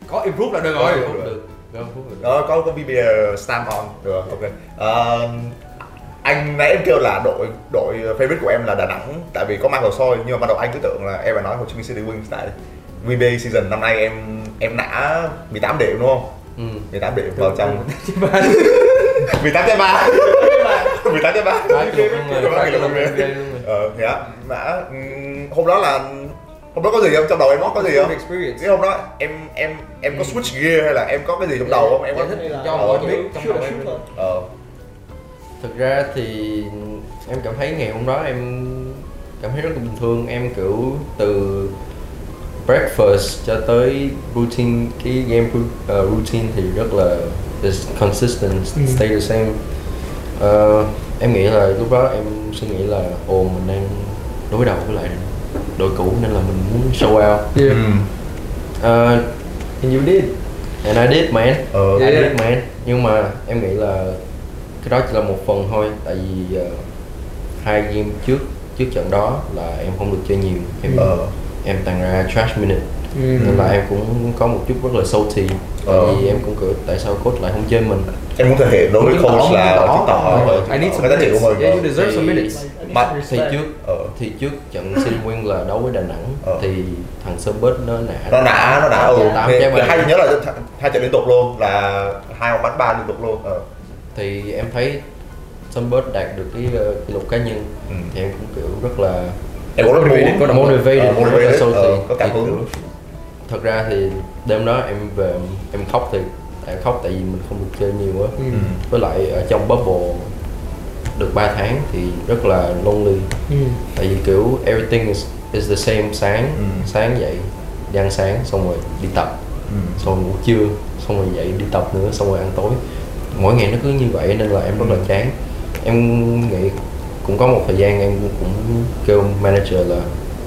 Speaker 3: Có improve là được
Speaker 1: Có
Speaker 3: rồi.
Speaker 1: improve.
Speaker 2: được Gom phút rồi.
Speaker 1: đó có có VPN stamp on được ok Ờ, anh nãy em kêu là đội đội favorite của em là Đà Nẵng tại vì có Michael Soi nhưng mà ban đầu anh cứ tưởng là em phải nói Hồ Chí Minh City Wings tại VB season năm nay em em đã 18 điểm đúng không?
Speaker 2: ừ
Speaker 1: 18 điểm vào trong 18 trái ba 18 trái ba
Speaker 2: Phá kỷ lục luôn rồi, phá kỷ lục NBA luôn rồi.
Speaker 1: ờ dạ mà ừm, hôm đó là hôm đó có gì không trong đầu em nó có gì không
Speaker 3: Experience.
Speaker 1: cái hôm đó em em em
Speaker 2: Ừ.
Speaker 1: có switch gear hay là em có cái gì trong đầu không em có
Speaker 2: Dạ,
Speaker 3: Giải thích.
Speaker 4: Hay là
Speaker 3: Cho mọi người biết
Speaker 4: Shoot-
Speaker 3: trong
Speaker 4: shoot-
Speaker 3: đầu em.
Speaker 4: shoot-
Speaker 1: ờ
Speaker 2: Thực ra thì em cảm thấy ngày hôm đó em cảm thấy rất là bình thường Em kiểu từ breakfast cho tới routine, cái game ru- ờ, routine thì rất là is consistent, stay the same Ờ, Em nghĩ là lúc đó em suy nghĩ là ồ mình đang đối đầu với lại đội cũ nên là mình muốn show out
Speaker 3: Yeah.
Speaker 1: Ừm.
Speaker 2: Ờ, And you did And I did man
Speaker 1: ờ
Speaker 2: I
Speaker 3: Yeah.
Speaker 2: did man Nhưng mà em nghĩ là cái đó chỉ là một phần thôi Tại vì ờ, hai game trước trước trận đó là em không được chơi nhiều Em
Speaker 1: Ờ.
Speaker 2: em tăng ra trash minute
Speaker 3: Ừ.
Speaker 2: Nên là em cũng có một chút rất là salty Tại
Speaker 1: Ờ.
Speaker 2: vì em cũng kiểu tại sao coach lại không chơi mình
Speaker 1: em muốn thể hiện đối với
Speaker 2: Chứng tỏ,
Speaker 1: coach là
Speaker 2: chứng tỏ.
Speaker 1: chứng tỏ
Speaker 2: Ờ,
Speaker 1: chứng
Speaker 3: Ừ. I need
Speaker 1: tỏ
Speaker 3: some
Speaker 1: cái giá trị
Speaker 3: minutes.
Speaker 1: của mình
Speaker 3: Yeah, you
Speaker 1: Ờ.
Speaker 3: deserve some
Speaker 2: Thì-
Speaker 3: minutes.
Speaker 4: Like, I need
Speaker 1: Mặt
Speaker 4: some
Speaker 2: Thì
Speaker 4: respect.
Speaker 2: trước
Speaker 1: Ờ.
Speaker 2: thì trước trận sinh nguyên là đấu với Đà Nẵng
Speaker 1: Ờ.
Speaker 2: Thì thằng Sơ Bết nó nã
Speaker 1: nó đã nó đã ừ
Speaker 2: Tám
Speaker 1: thì-
Speaker 2: trái
Speaker 1: thì
Speaker 2: banh.
Speaker 1: hay nhớ là th- hai trận liên tục luôn là hai hoặc bắn ba liên tục luôn ờ
Speaker 2: thì em thấy Sunbird đạt được cái ờ, kỷ lục cá nhân
Speaker 1: Ừ.
Speaker 2: thì em cũng kiểu rất là
Speaker 1: em cũng rất
Speaker 3: Motivated,
Speaker 1: muốn
Speaker 3: có động lực.
Speaker 2: motivated,
Speaker 1: Ờ,
Speaker 2: rất là
Speaker 1: motivated,
Speaker 2: salty
Speaker 1: ờ, có cảm
Speaker 2: Thì
Speaker 1: hứng.
Speaker 2: kiểu- thật ra thì đêm đó em về em khóc thì em khóc tại vì mình không được chơi nhiều á
Speaker 3: Ừ.
Speaker 2: với lại ở trong bubble được 3 tháng thì rất là lonely
Speaker 3: Ừ.
Speaker 2: tại vì kiểu everything is, is the same sáng
Speaker 1: Ừ.
Speaker 2: sáng dậy đi ăn sáng xong rồi đi tập xong rồi ngủ trưa xong rồi dậy đi tập nữa xong rồi ăn tối mỗi ngày nó cứ như vậy nên là em rất là chán em nghĩ cũng có một thời gian em cũng kêu manager là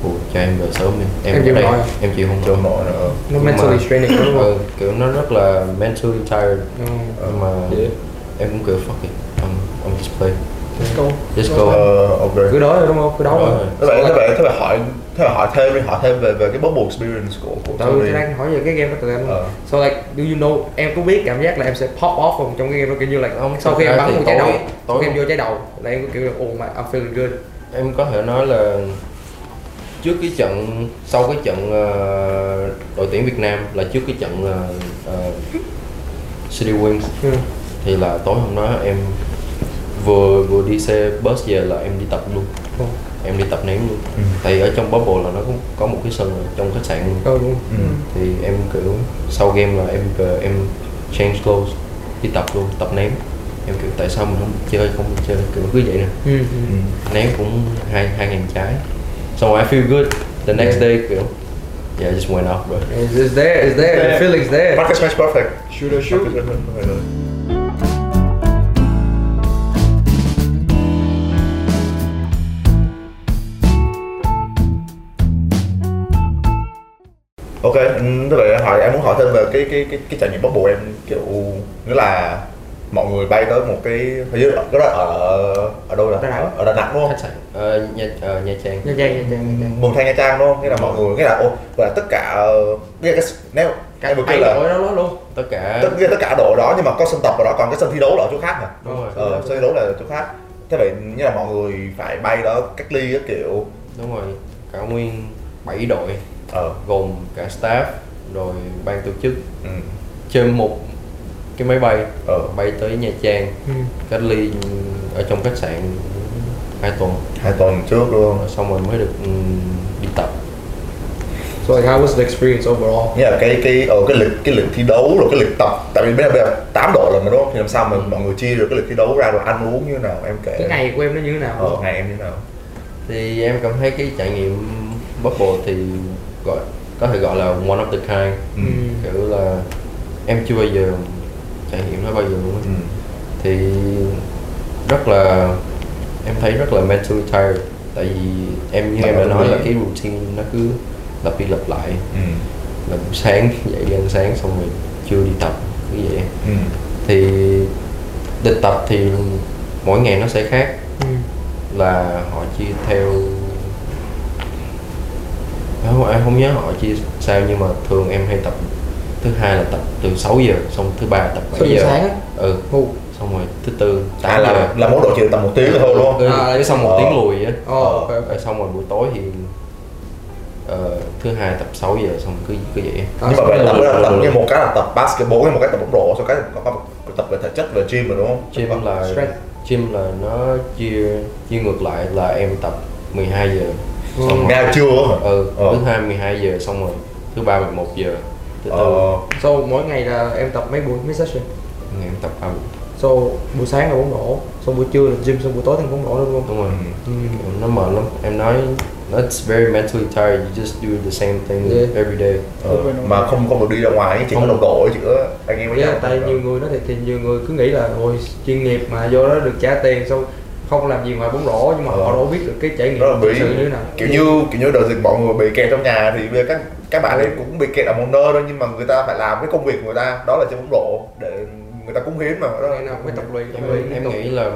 Speaker 2: "Ủa, cho em về sớm đi
Speaker 3: Em
Speaker 2: em
Speaker 3: chịu
Speaker 2: ở đây
Speaker 3: nổi.
Speaker 2: em chịu không
Speaker 1: Chưa
Speaker 2: nổi
Speaker 1: nổi nữa
Speaker 3: Nó
Speaker 2: Nhưng
Speaker 3: mentally
Speaker 2: mà-
Speaker 3: draining đúng không?
Speaker 2: ừ, kiểu nó rất là mentally tired
Speaker 3: Ừ.
Speaker 2: nhưng mà
Speaker 1: Yeah.
Speaker 2: em cũng kiểu fuck it I'm, I'm just play
Speaker 4: Let's go.
Speaker 2: Let's go.
Speaker 1: ờ ok
Speaker 3: Cứ đó rồi đúng không? Cứ đó
Speaker 2: Đó
Speaker 3: rồi.
Speaker 2: rồi.
Speaker 1: thế vậy thế vậy thế vậy hỏi thế vậy hỏi thêm đi hỏi thêm về về cái bubble experience của của
Speaker 3: Tao
Speaker 1: Tony.
Speaker 3: tôi đang hỏi về cái game đó tụi em.
Speaker 1: Ờ.
Speaker 3: So like, do you know, em có biết cảm giác là em sẽ pop off không trong cái game đó kiểu như là
Speaker 2: Không,
Speaker 3: sau
Speaker 2: thực
Speaker 3: khi em
Speaker 2: ra
Speaker 3: bắn
Speaker 2: thì
Speaker 3: một trái
Speaker 2: tối-
Speaker 3: đầu,
Speaker 2: tối
Speaker 3: sau khi em
Speaker 2: không-
Speaker 3: vô trái đầu là em có kiểu là oh my, I'm feeling good.
Speaker 2: em có thể nói là trước cái trận sau cái trận ờ, đội tuyển Việt Nam là trước cái trận ờ, ờ, City Wings
Speaker 3: Ừ.
Speaker 2: thì là tối hôm đó em vừa vừa đi xe bus về là em đi tập luôn
Speaker 3: Ừ.
Speaker 2: em đi tập ném luôn
Speaker 1: Ừ.
Speaker 2: tại ở trong bubble là nó cũng có một cái sân ở trong khách sạn luôn
Speaker 3: Ờ luôn
Speaker 1: Ừ.
Speaker 2: thì em kiểu sau game là em về em change clothes đi tập luôn tập ném em kiểu tại sao mình không chơi không chơi kiểu cứ vậy nè
Speaker 3: ừ. ừ.
Speaker 1: Ừ.
Speaker 2: ném cũng hai hai ngàn trái xong rồi I feel good the next
Speaker 3: Yeah.
Speaker 2: day kiểu yeah I just went out rồi
Speaker 3: It's, it's there, it's there, the feeling's there
Speaker 1: Practice match perfect.
Speaker 4: Shoot or shoot.
Speaker 1: Practice match perfect rồi. Ok, ừ, thế vậy em hỏi em muốn hỏi thêm về cái cái cái, cái trải nghiệm bubble em kiểu nghĩa là mọi người bay tới một cái hình như cái đó ở ở đâu là
Speaker 3: Đà Nẵng.
Speaker 1: ở Đà Nẵng đúng không?
Speaker 2: khách sạn ờ, nha ờ, nha trang
Speaker 3: Nha Trang, Nha Trang, Nha Trang
Speaker 1: Mường Thanh Nha Trang đúng không? Nghĩa là mọi người nghĩa là ô, gọi là tất cả ờ, nghĩa là cái nếu em vừa kêu
Speaker 2: bay
Speaker 1: là
Speaker 2: nổi đó luôn tất cả
Speaker 1: tất tất cả độ đó nhưng mà có sân tập ở đó còn cái sân thi đấu là ở chỗ khác mà
Speaker 2: đúng rồi
Speaker 1: ờ, sân thi đấu là ở chỗ khác thế vậy như là mọi người phải bay đó cách ly á kiểu
Speaker 2: đúng rồi cả nguyên 7 đội
Speaker 1: ờ
Speaker 2: gồm cả staff rồi ban tổ chức
Speaker 1: ừ
Speaker 2: trên một cái máy bay
Speaker 1: ờ
Speaker 2: bay tới nha trang
Speaker 3: Ừ.
Speaker 2: cách ly ở trong khách sạn hai tuần
Speaker 1: hai tuần trước luôn
Speaker 2: rồi xong rồi mới được ừ, đi tập
Speaker 3: So like how was the experience overall?
Speaker 1: nghĩa là cái cái ở cái lịch cái lịch thi đấu rồi cái lịch tập tại vì bây giờ bây giờ tám độ rồi mà đúng không thì làm sao mà
Speaker 2: Ừ.
Speaker 1: mọi người chia được cái lịch thi đấu ra rồi ăn uống như thế nào em kể
Speaker 3: Cái ngày của em nó như thế nào?
Speaker 1: ờ ngày em như thế nào
Speaker 2: thì em cảm thấy cái trải nghiệm bubble thì gọi có thể gọi là one of the kind
Speaker 1: ừ
Speaker 2: kiểu là em chưa bao giờ trải nghiệm nó bao giờ luôn á.
Speaker 1: ừ
Speaker 2: thì rất là em thấy rất là mentally tired tại vì em như
Speaker 1: Bạn
Speaker 2: em đã
Speaker 1: có
Speaker 2: nói
Speaker 1: nghĩ-
Speaker 2: là cái routine nó cứ lặp đi lặp lại
Speaker 1: ừ
Speaker 2: là buổi sáng dậy đi ăn sáng xong rồi chưa đi tập như vậy
Speaker 1: ừ
Speaker 2: thì đi tập thì mỗi ngày nó sẽ khác
Speaker 3: Ừ.
Speaker 2: là họ chia theo Em không, em không nhớ họ chia sao nhưng mà thường em hay tập thứ hai là tập từ 6 giờ xong thứ ba là tập 7
Speaker 4: Từ
Speaker 2: giờ
Speaker 4: sáng á?
Speaker 2: ừ
Speaker 3: Hu.
Speaker 2: xong rồi thứ tư
Speaker 1: à
Speaker 2: 8 giờ
Speaker 1: là là mỗi đội chỉ được tầm một tiếng thôi đúng không
Speaker 2: Ừ,
Speaker 3: À,
Speaker 2: cái xong một
Speaker 1: ờ.
Speaker 2: tiếng lùi á
Speaker 3: Ờ, ok, ok.
Speaker 2: Rồi xong rồi buổi tối thì ờ, thứ hai tập 6 giờ xong cứ cứ vậy
Speaker 1: nhưng mà
Speaker 3: xong
Speaker 1: về
Speaker 3: rồi-
Speaker 1: tập là tập như một cái là tập basketball cái một cái tập bóng rổ sau cái có có một tập về thể chất về gym rồi đúng không
Speaker 2: gym là
Speaker 3: Strength.
Speaker 2: gym là nó chia chia ngược lại là em tập 12 giờ
Speaker 3: Ừ.
Speaker 2: xong rồi
Speaker 1: nghe chưa
Speaker 2: ừ,
Speaker 1: Ờ.
Speaker 2: thứ hai 12 giờ xong rồi thứ ba 11 giờ thứ tư
Speaker 1: ờ
Speaker 3: So mỗi ngày là em tập mấy buổi, mấy session?
Speaker 2: ngày em tập ba buổi.
Speaker 3: So buổi sáng là bóng rổ, xong buổi trưa là gym, xong buổi tối thêm bóng rổ luôn luôn.
Speaker 2: đúng rồi
Speaker 3: Ừ.
Speaker 2: Kiểu nó mệt lắm em nói that's very mentally tired you just do the same thing
Speaker 3: Yeah.
Speaker 2: every day
Speaker 1: Ờ, mà không không được đi ra ngoài chỉ có đồng đội giữa anh em với nhau Ờ.
Speaker 3: Yeah, tại nhiều người nó thiệt thì nhiều người cứ nghĩ là ôi chuyên nghiệp mà vô đó được trả tiền xong không làm gì ngoài bóng rổ nhưng mà
Speaker 1: Ờ.
Speaker 3: họ đâu biết được cái trải nghiệm
Speaker 1: rất là
Speaker 3: thực
Speaker 1: bí
Speaker 3: sự như thế nào.
Speaker 1: kiểu như kiểu như đợt dịch mọi người bị kẹt trong nhà thì bây giờ các các bạn ấy cũng bị kẹt ở một nơi thôi nhưng mà người ta phải làm cái công việc của người ta đó là chơi bóng rổ để người ta cống hiến mà đó là-
Speaker 3: Ngày nào cũng phải tập luyện, tập luyện
Speaker 2: em,
Speaker 3: liên
Speaker 2: em
Speaker 3: tục.
Speaker 2: nghĩ là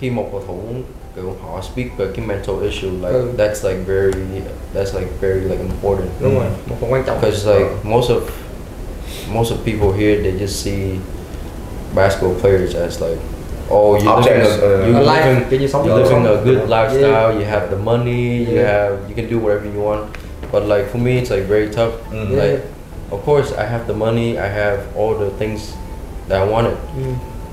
Speaker 2: khi một cầu thủ kiểu họ speak về cái mental issue like
Speaker 3: Ừ.
Speaker 2: that's like very that's like very like important
Speaker 1: Ừ.
Speaker 3: Đúng rồi, một phần quan trọng. Ừ.
Speaker 2: because like most of most of people here they just see basketball players as like oh you living
Speaker 1: Objects,
Speaker 2: a,
Speaker 1: uh,
Speaker 2: you
Speaker 3: A life,
Speaker 2: living,
Speaker 3: kiểu như sống
Speaker 2: you
Speaker 3: cuộc
Speaker 2: living a
Speaker 3: sống.
Speaker 2: good lifestyle
Speaker 3: Yeah.
Speaker 2: you have the money you
Speaker 3: Yeah.
Speaker 2: have you can do whatever you want but like for me it's like very tough
Speaker 1: Ừ.
Speaker 3: Yeah.
Speaker 2: like of course I have the money I have all the things that I wanted
Speaker 3: Ừ.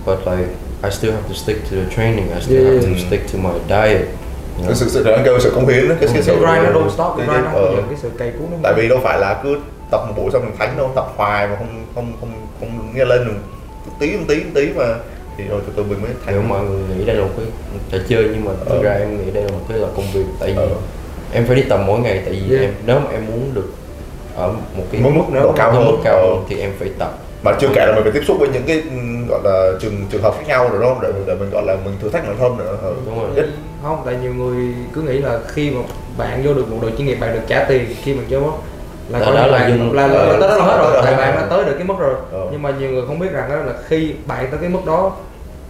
Speaker 2: but like I still have to stick to the training. I still have to
Speaker 1: Yeah.
Speaker 2: stick to my diet. You know?
Speaker 1: cái sự sự anh kêu sự cống hiến đó, cái, cái
Speaker 3: Cái
Speaker 1: sự
Speaker 3: grind nó don't stop,
Speaker 1: cái-
Speaker 3: cái grind nó
Speaker 1: ờ.
Speaker 3: không dừng, cái sự cày cuốc nó
Speaker 1: tại vì đâu phải là cứ tập một buổi xong mình thánh đâu tập hoài mà không không không không nghe lên được tí một tí một tí mà thì rồi từ từ mình mới
Speaker 2: Kiểu
Speaker 1: thánh
Speaker 2: mọi người nghĩ đây là một cái trò chơi nhưng mà thực
Speaker 1: Ờ.
Speaker 2: ra em nghĩ đây là một cái là công việc tại vì
Speaker 1: Ờ.
Speaker 2: em phải đi tập mỗi ngày tại vì
Speaker 3: Yeah.
Speaker 2: em nếu mà em muốn được ở một cái
Speaker 1: Mức- mức
Speaker 2: nếu
Speaker 1: độ
Speaker 2: mà
Speaker 1: cao
Speaker 2: cái
Speaker 1: hơn.
Speaker 2: mức cao
Speaker 1: Ờ.
Speaker 2: hơn thì em phải tập
Speaker 1: mà chưa kể là mình phải tiếp xúc với những cái ừm, gọi là trường trường hợp khác nhau rồi đúng không để, để mình gọi là mình thử thách bản thân nữa ừ.
Speaker 2: đúng rồi.
Speaker 1: Ít.
Speaker 3: không tại nhiều người cứ nghĩ là khi mà bạn vô được một đội chuyên nghiệp bạn được trả tiền khi mình chơi bóng là
Speaker 2: Là
Speaker 3: coi
Speaker 2: đã
Speaker 3: như
Speaker 2: là
Speaker 3: bạn
Speaker 2: dừng-
Speaker 3: là, là,
Speaker 1: ờ,
Speaker 3: là tới đó là hết
Speaker 1: tới
Speaker 3: rồi
Speaker 1: đó
Speaker 3: tại
Speaker 1: hết
Speaker 3: bạn
Speaker 1: rồi.
Speaker 3: đã tới được cái mức rồi
Speaker 1: Ờ.
Speaker 3: nhưng mà nhiều người không biết rằng đó là khi bạn tới cái mức đó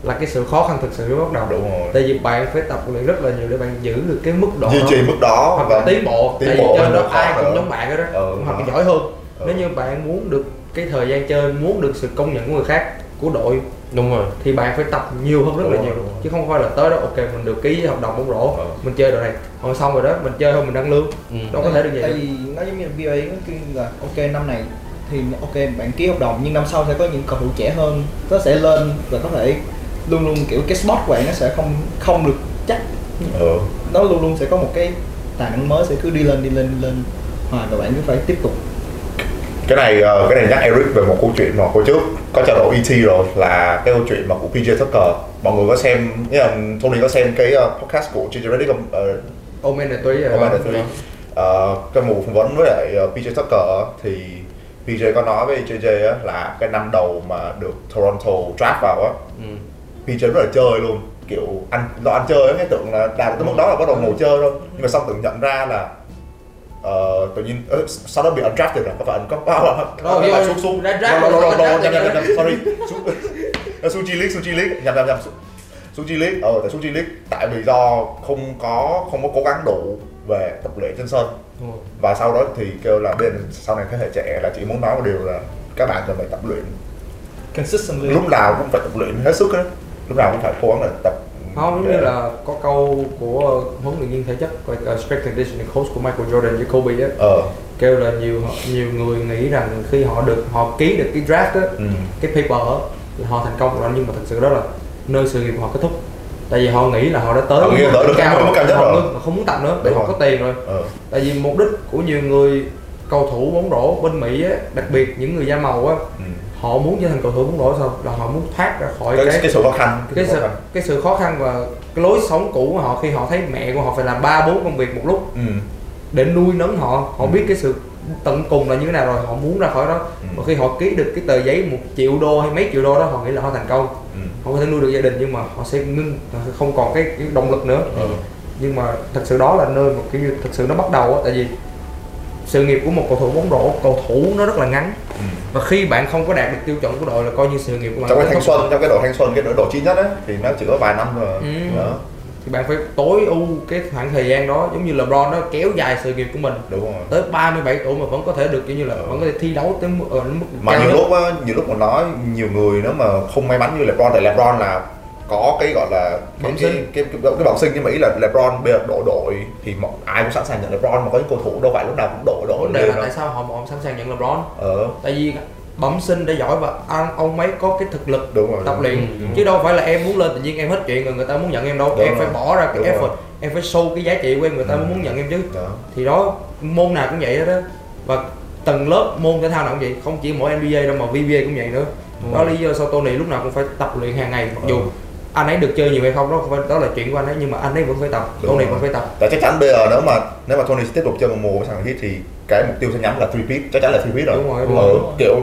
Speaker 3: là cái sự khó khăn thực sự mới bắt đầu
Speaker 1: đúng rồi
Speaker 3: tại vì bạn phải tập luyện rất là nhiều để bạn giữ được cái mức độ
Speaker 1: duy
Speaker 3: đó
Speaker 1: trì mức đó
Speaker 3: hoặc là tiến bộ
Speaker 1: tiến
Speaker 3: tại
Speaker 1: bộ
Speaker 3: vì
Speaker 1: hơn
Speaker 3: trên
Speaker 1: là
Speaker 3: đó
Speaker 1: khó
Speaker 3: ai
Speaker 1: nữa.
Speaker 3: cũng giống bạn hết đó
Speaker 1: Ờ, đúng
Speaker 3: hoặc là
Speaker 1: rồi.
Speaker 3: giỏi hơn
Speaker 1: Ờ.
Speaker 3: nếu như bạn muốn được cái thời gian chơi muốn được sự công nhận của người khác của đội
Speaker 2: Đúng rồi.
Speaker 3: thì bạn phải tập nhiều hơn rất
Speaker 1: Đúng
Speaker 3: là
Speaker 1: rồi,
Speaker 3: nhiều
Speaker 1: đúng rồi.
Speaker 3: chứ không phải là tới đó ok mình được ký hợp đồng bóng rổ
Speaker 1: Ờ.
Speaker 3: mình chơi đội này rồi xong rồi đó mình chơi thôi mình đăng lương
Speaker 2: Ừ.
Speaker 3: đâu có thể được
Speaker 4: Tại
Speaker 3: vậy
Speaker 4: vì nó giống như là BA nó kêu là ok năm này thì ok bạn ký hợp đồng nhưng năm sau sẽ có những cầu thủ trẻ hơn nó sẽ lên và có thể luôn luôn kiểu cái spot của bạn nó sẽ không không được chắc
Speaker 1: ừ.
Speaker 4: nó luôn luôn sẽ có một cái tài năng mới sẽ cứ đi lên đi lên đi lên hoài và bạn cứ phải tiếp tục
Speaker 1: cái này ờ, cái này nhắc Eric về một câu chuyện mà hồi trước có trao đổi ET rồi là cái câu chuyện mà của PJ Tucker mọi người có xem nghĩa là Tony có xem cái ờ, podcast của JJ Reddick không Ờ,
Speaker 3: Ôm em là tùy à, rồi
Speaker 1: Ông Adam Tui
Speaker 3: dạ.
Speaker 1: trong một phỏng vấn với lại ờ, PJ Tucker á, thì PJ có nói với JJ á, là cái năm đầu mà được Toronto draft vào á
Speaker 2: Ừ.
Speaker 1: PJ rất là chơi luôn kiểu ăn lo ăn chơi á, cái tưởng là đạt tới mức đó là bắt đầu ngồi chơi thôi nhưng mà xong tự nhận ra là ờ, tự nhiên ớ, sau đó bị undrafted rồi có phải có bao
Speaker 2: Rồi, rồi,
Speaker 1: xuống xuống
Speaker 2: ra
Speaker 1: rồi
Speaker 2: draft
Speaker 1: rồi
Speaker 2: rồi,
Speaker 1: rồi rồi
Speaker 2: undrafted
Speaker 1: nhầm nhầm
Speaker 2: rồi.
Speaker 1: nhầm sorry Su- Su G League Su G League nhầm nhầm nhầm Su- Suji League, ờ tại Suji League tại vì do không có không có cố gắng đủ về tập luyện trên sân
Speaker 2: Đúng rồi.
Speaker 1: và sau đó thì kêu là bên sau này thế hệ trẻ là chỉ muốn nói một điều là các bạn cần phải tập luyện
Speaker 4: consistently
Speaker 1: lúc nào cũng phải tập luyện hết sức á lúc nào cũng phải cố gắng là tập
Speaker 3: không giống
Speaker 1: để-
Speaker 3: như là có câu của uh, huấn luyện viên thể chất like uh, strength conditioning coach của Michael Jordan với Kobe á
Speaker 1: ờ
Speaker 3: kêu là nhiều họ- nhiều người nghĩ rằng khi họ được họ ký được cái draft á
Speaker 1: ừ.
Speaker 3: cái paper á là họ thành công rồi nhưng mà thật sự đó là nơi sự nghiệp của họ kết thúc tại vì họ nghĩ là họ đã tới
Speaker 1: Họ nghĩ là tới được cái mức cao nhất
Speaker 3: họ
Speaker 1: rồi.
Speaker 3: ngưng- họ không muốn tập nữa
Speaker 1: Đúng
Speaker 3: họ
Speaker 1: rồi.
Speaker 3: có tiền rồi
Speaker 1: ờ
Speaker 3: tại vì mục đích của nhiều người cầu thủ bóng rổ bên Mỹ á đặc biệt những người da màu á
Speaker 1: ừ.
Speaker 3: họ muốn trở thành cầu thủ bóng rổ sao là họ muốn thoát ra khỏi
Speaker 1: cái, cái, sự khó khăn
Speaker 3: cái
Speaker 1: khó
Speaker 3: sự
Speaker 1: khăn.
Speaker 3: cái sự khó khăn và cái lối sống cũ của họ khi họ thấy mẹ của họ phải làm ba bốn công việc một lúc
Speaker 1: ừ.
Speaker 3: để nuôi nấng họ họ
Speaker 1: Ừ.
Speaker 3: biết cái sự tận cùng là như thế nào rồi họ muốn ra khỏi đó
Speaker 1: Ừ.
Speaker 3: và khi họ ký được cái tờ giấy một triệu đô hay mấy triệu đô đó họ nghĩ là họ thành công
Speaker 1: Ừ.
Speaker 3: họ có thể nuôi được gia đình nhưng mà họ sẽ ngưng họ sẽ không còn cái, cái động lực nữa
Speaker 1: Ừ.
Speaker 3: nhưng mà thật sự đó là nơi mà cái thật sự nó bắt đầu á tại vì sự nghiệp của một cầu thủ bóng rổ cầu thủ nó rất là ngắn
Speaker 1: Ừ.
Speaker 3: và khi bạn không có đạt được tiêu chuẩn của đội là coi như sự nghiệp của bạn
Speaker 1: trong cái
Speaker 3: kết
Speaker 1: thanh
Speaker 3: thúc.
Speaker 1: xuân trong cái độ thanh xuân cái độ độ chín nhất á thì nó chỉ có vài năm rồi
Speaker 3: Ừ.
Speaker 1: đó
Speaker 3: thì bạn phải tối ưu cái khoảng thời gian đó giống như LeBron đó kéo dài sự nghiệp của mình
Speaker 1: đúng rồi
Speaker 3: tới 37 tuổi mà vẫn có thể được kiểu như là vẫn có thể thi đấu tới mức, ở mức
Speaker 1: mà
Speaker 3: cao
Speaker 1: nhiều
Speaker 3: nhất.
Speaker 1: lúc á, nhiều lúc mà nói nhiều người nữa mà không may mắn như LeBron tại LeBron là có cái gọi là cái
Speaker 3: Bẩm
Speaker 1: cái,
Speaker 3: sinh.
Speaker 1: cái, cái, cái bẩm sinh nhưng mà ý là LeBron bây giờ đổ đội thì mọi ai cũng sẵn sàng nhận LeBron mà có những cầu thủ đâu phải lúc nào cũng đổ đội
Speaker 3: vấn đề là
Speaker 1: đâu
Speaker 3: tại sao họ bọn sẵn sàng nhận LeBron
Speaker 1: ờ
Speaker 3: tại vì bẩm sinh đã giỏi và ông- ông ấy có cái thực lực
Speaker 1: đúng rồi
Speaker 3: tập luyện
Speaker 2: Ừ.
Speaker 3: chứ đâu phải là em muốn lên tự nhiên em hết chuyện rồi người ta muốn nhận em đâu
Speaker 1: Đúng
Speaker 3: em
Speaker 1: rồi.
Speaker 3: phải bỏ ra cái
Speaker 1: Đúng
Speaker 3: effort
Speaker 1: rồi.
Speaker 3: em phải show cái giá trị của em người ta
Speaker 1: Ừ.
Speaker 3: mới muốn nhận em chứ
Speaker 1: đó
Speaker 3: thì đó môn nào cũng vậy đó và tầng lớp môn thể thao nào cũng vậy không chỉ mỗi NBA đâu mà VBA cũng vậy nữa đó là lý do sao Tony lúc nào cũng phải tập luyện hàng ngày mặc dù
Speaker 1: Ừ.
Speaker 3: anh ấy được chơi nhiều hay không đó không phải đó là chuyện của anh ấy nhưng mà anh ấy vẫn phải tập
Speaker 1: Đúng
Speaker 3: Tony
Speaker 1: rồi.
Speaker 3: vẫn phải tập
Speaker 1: tại chắc chắn bây giờ nếu mà nếu mà Tony tiếp tục chơi một mùa với thằng Heat thì cái mục tiêu sẽ nhắm là three peat chắc chắn là three peat rồi
Speaker 3: Đúng rồi,
Speaker 1: Ờ,
Speaker 3: đúng rồi.
Speaker 1: kiểu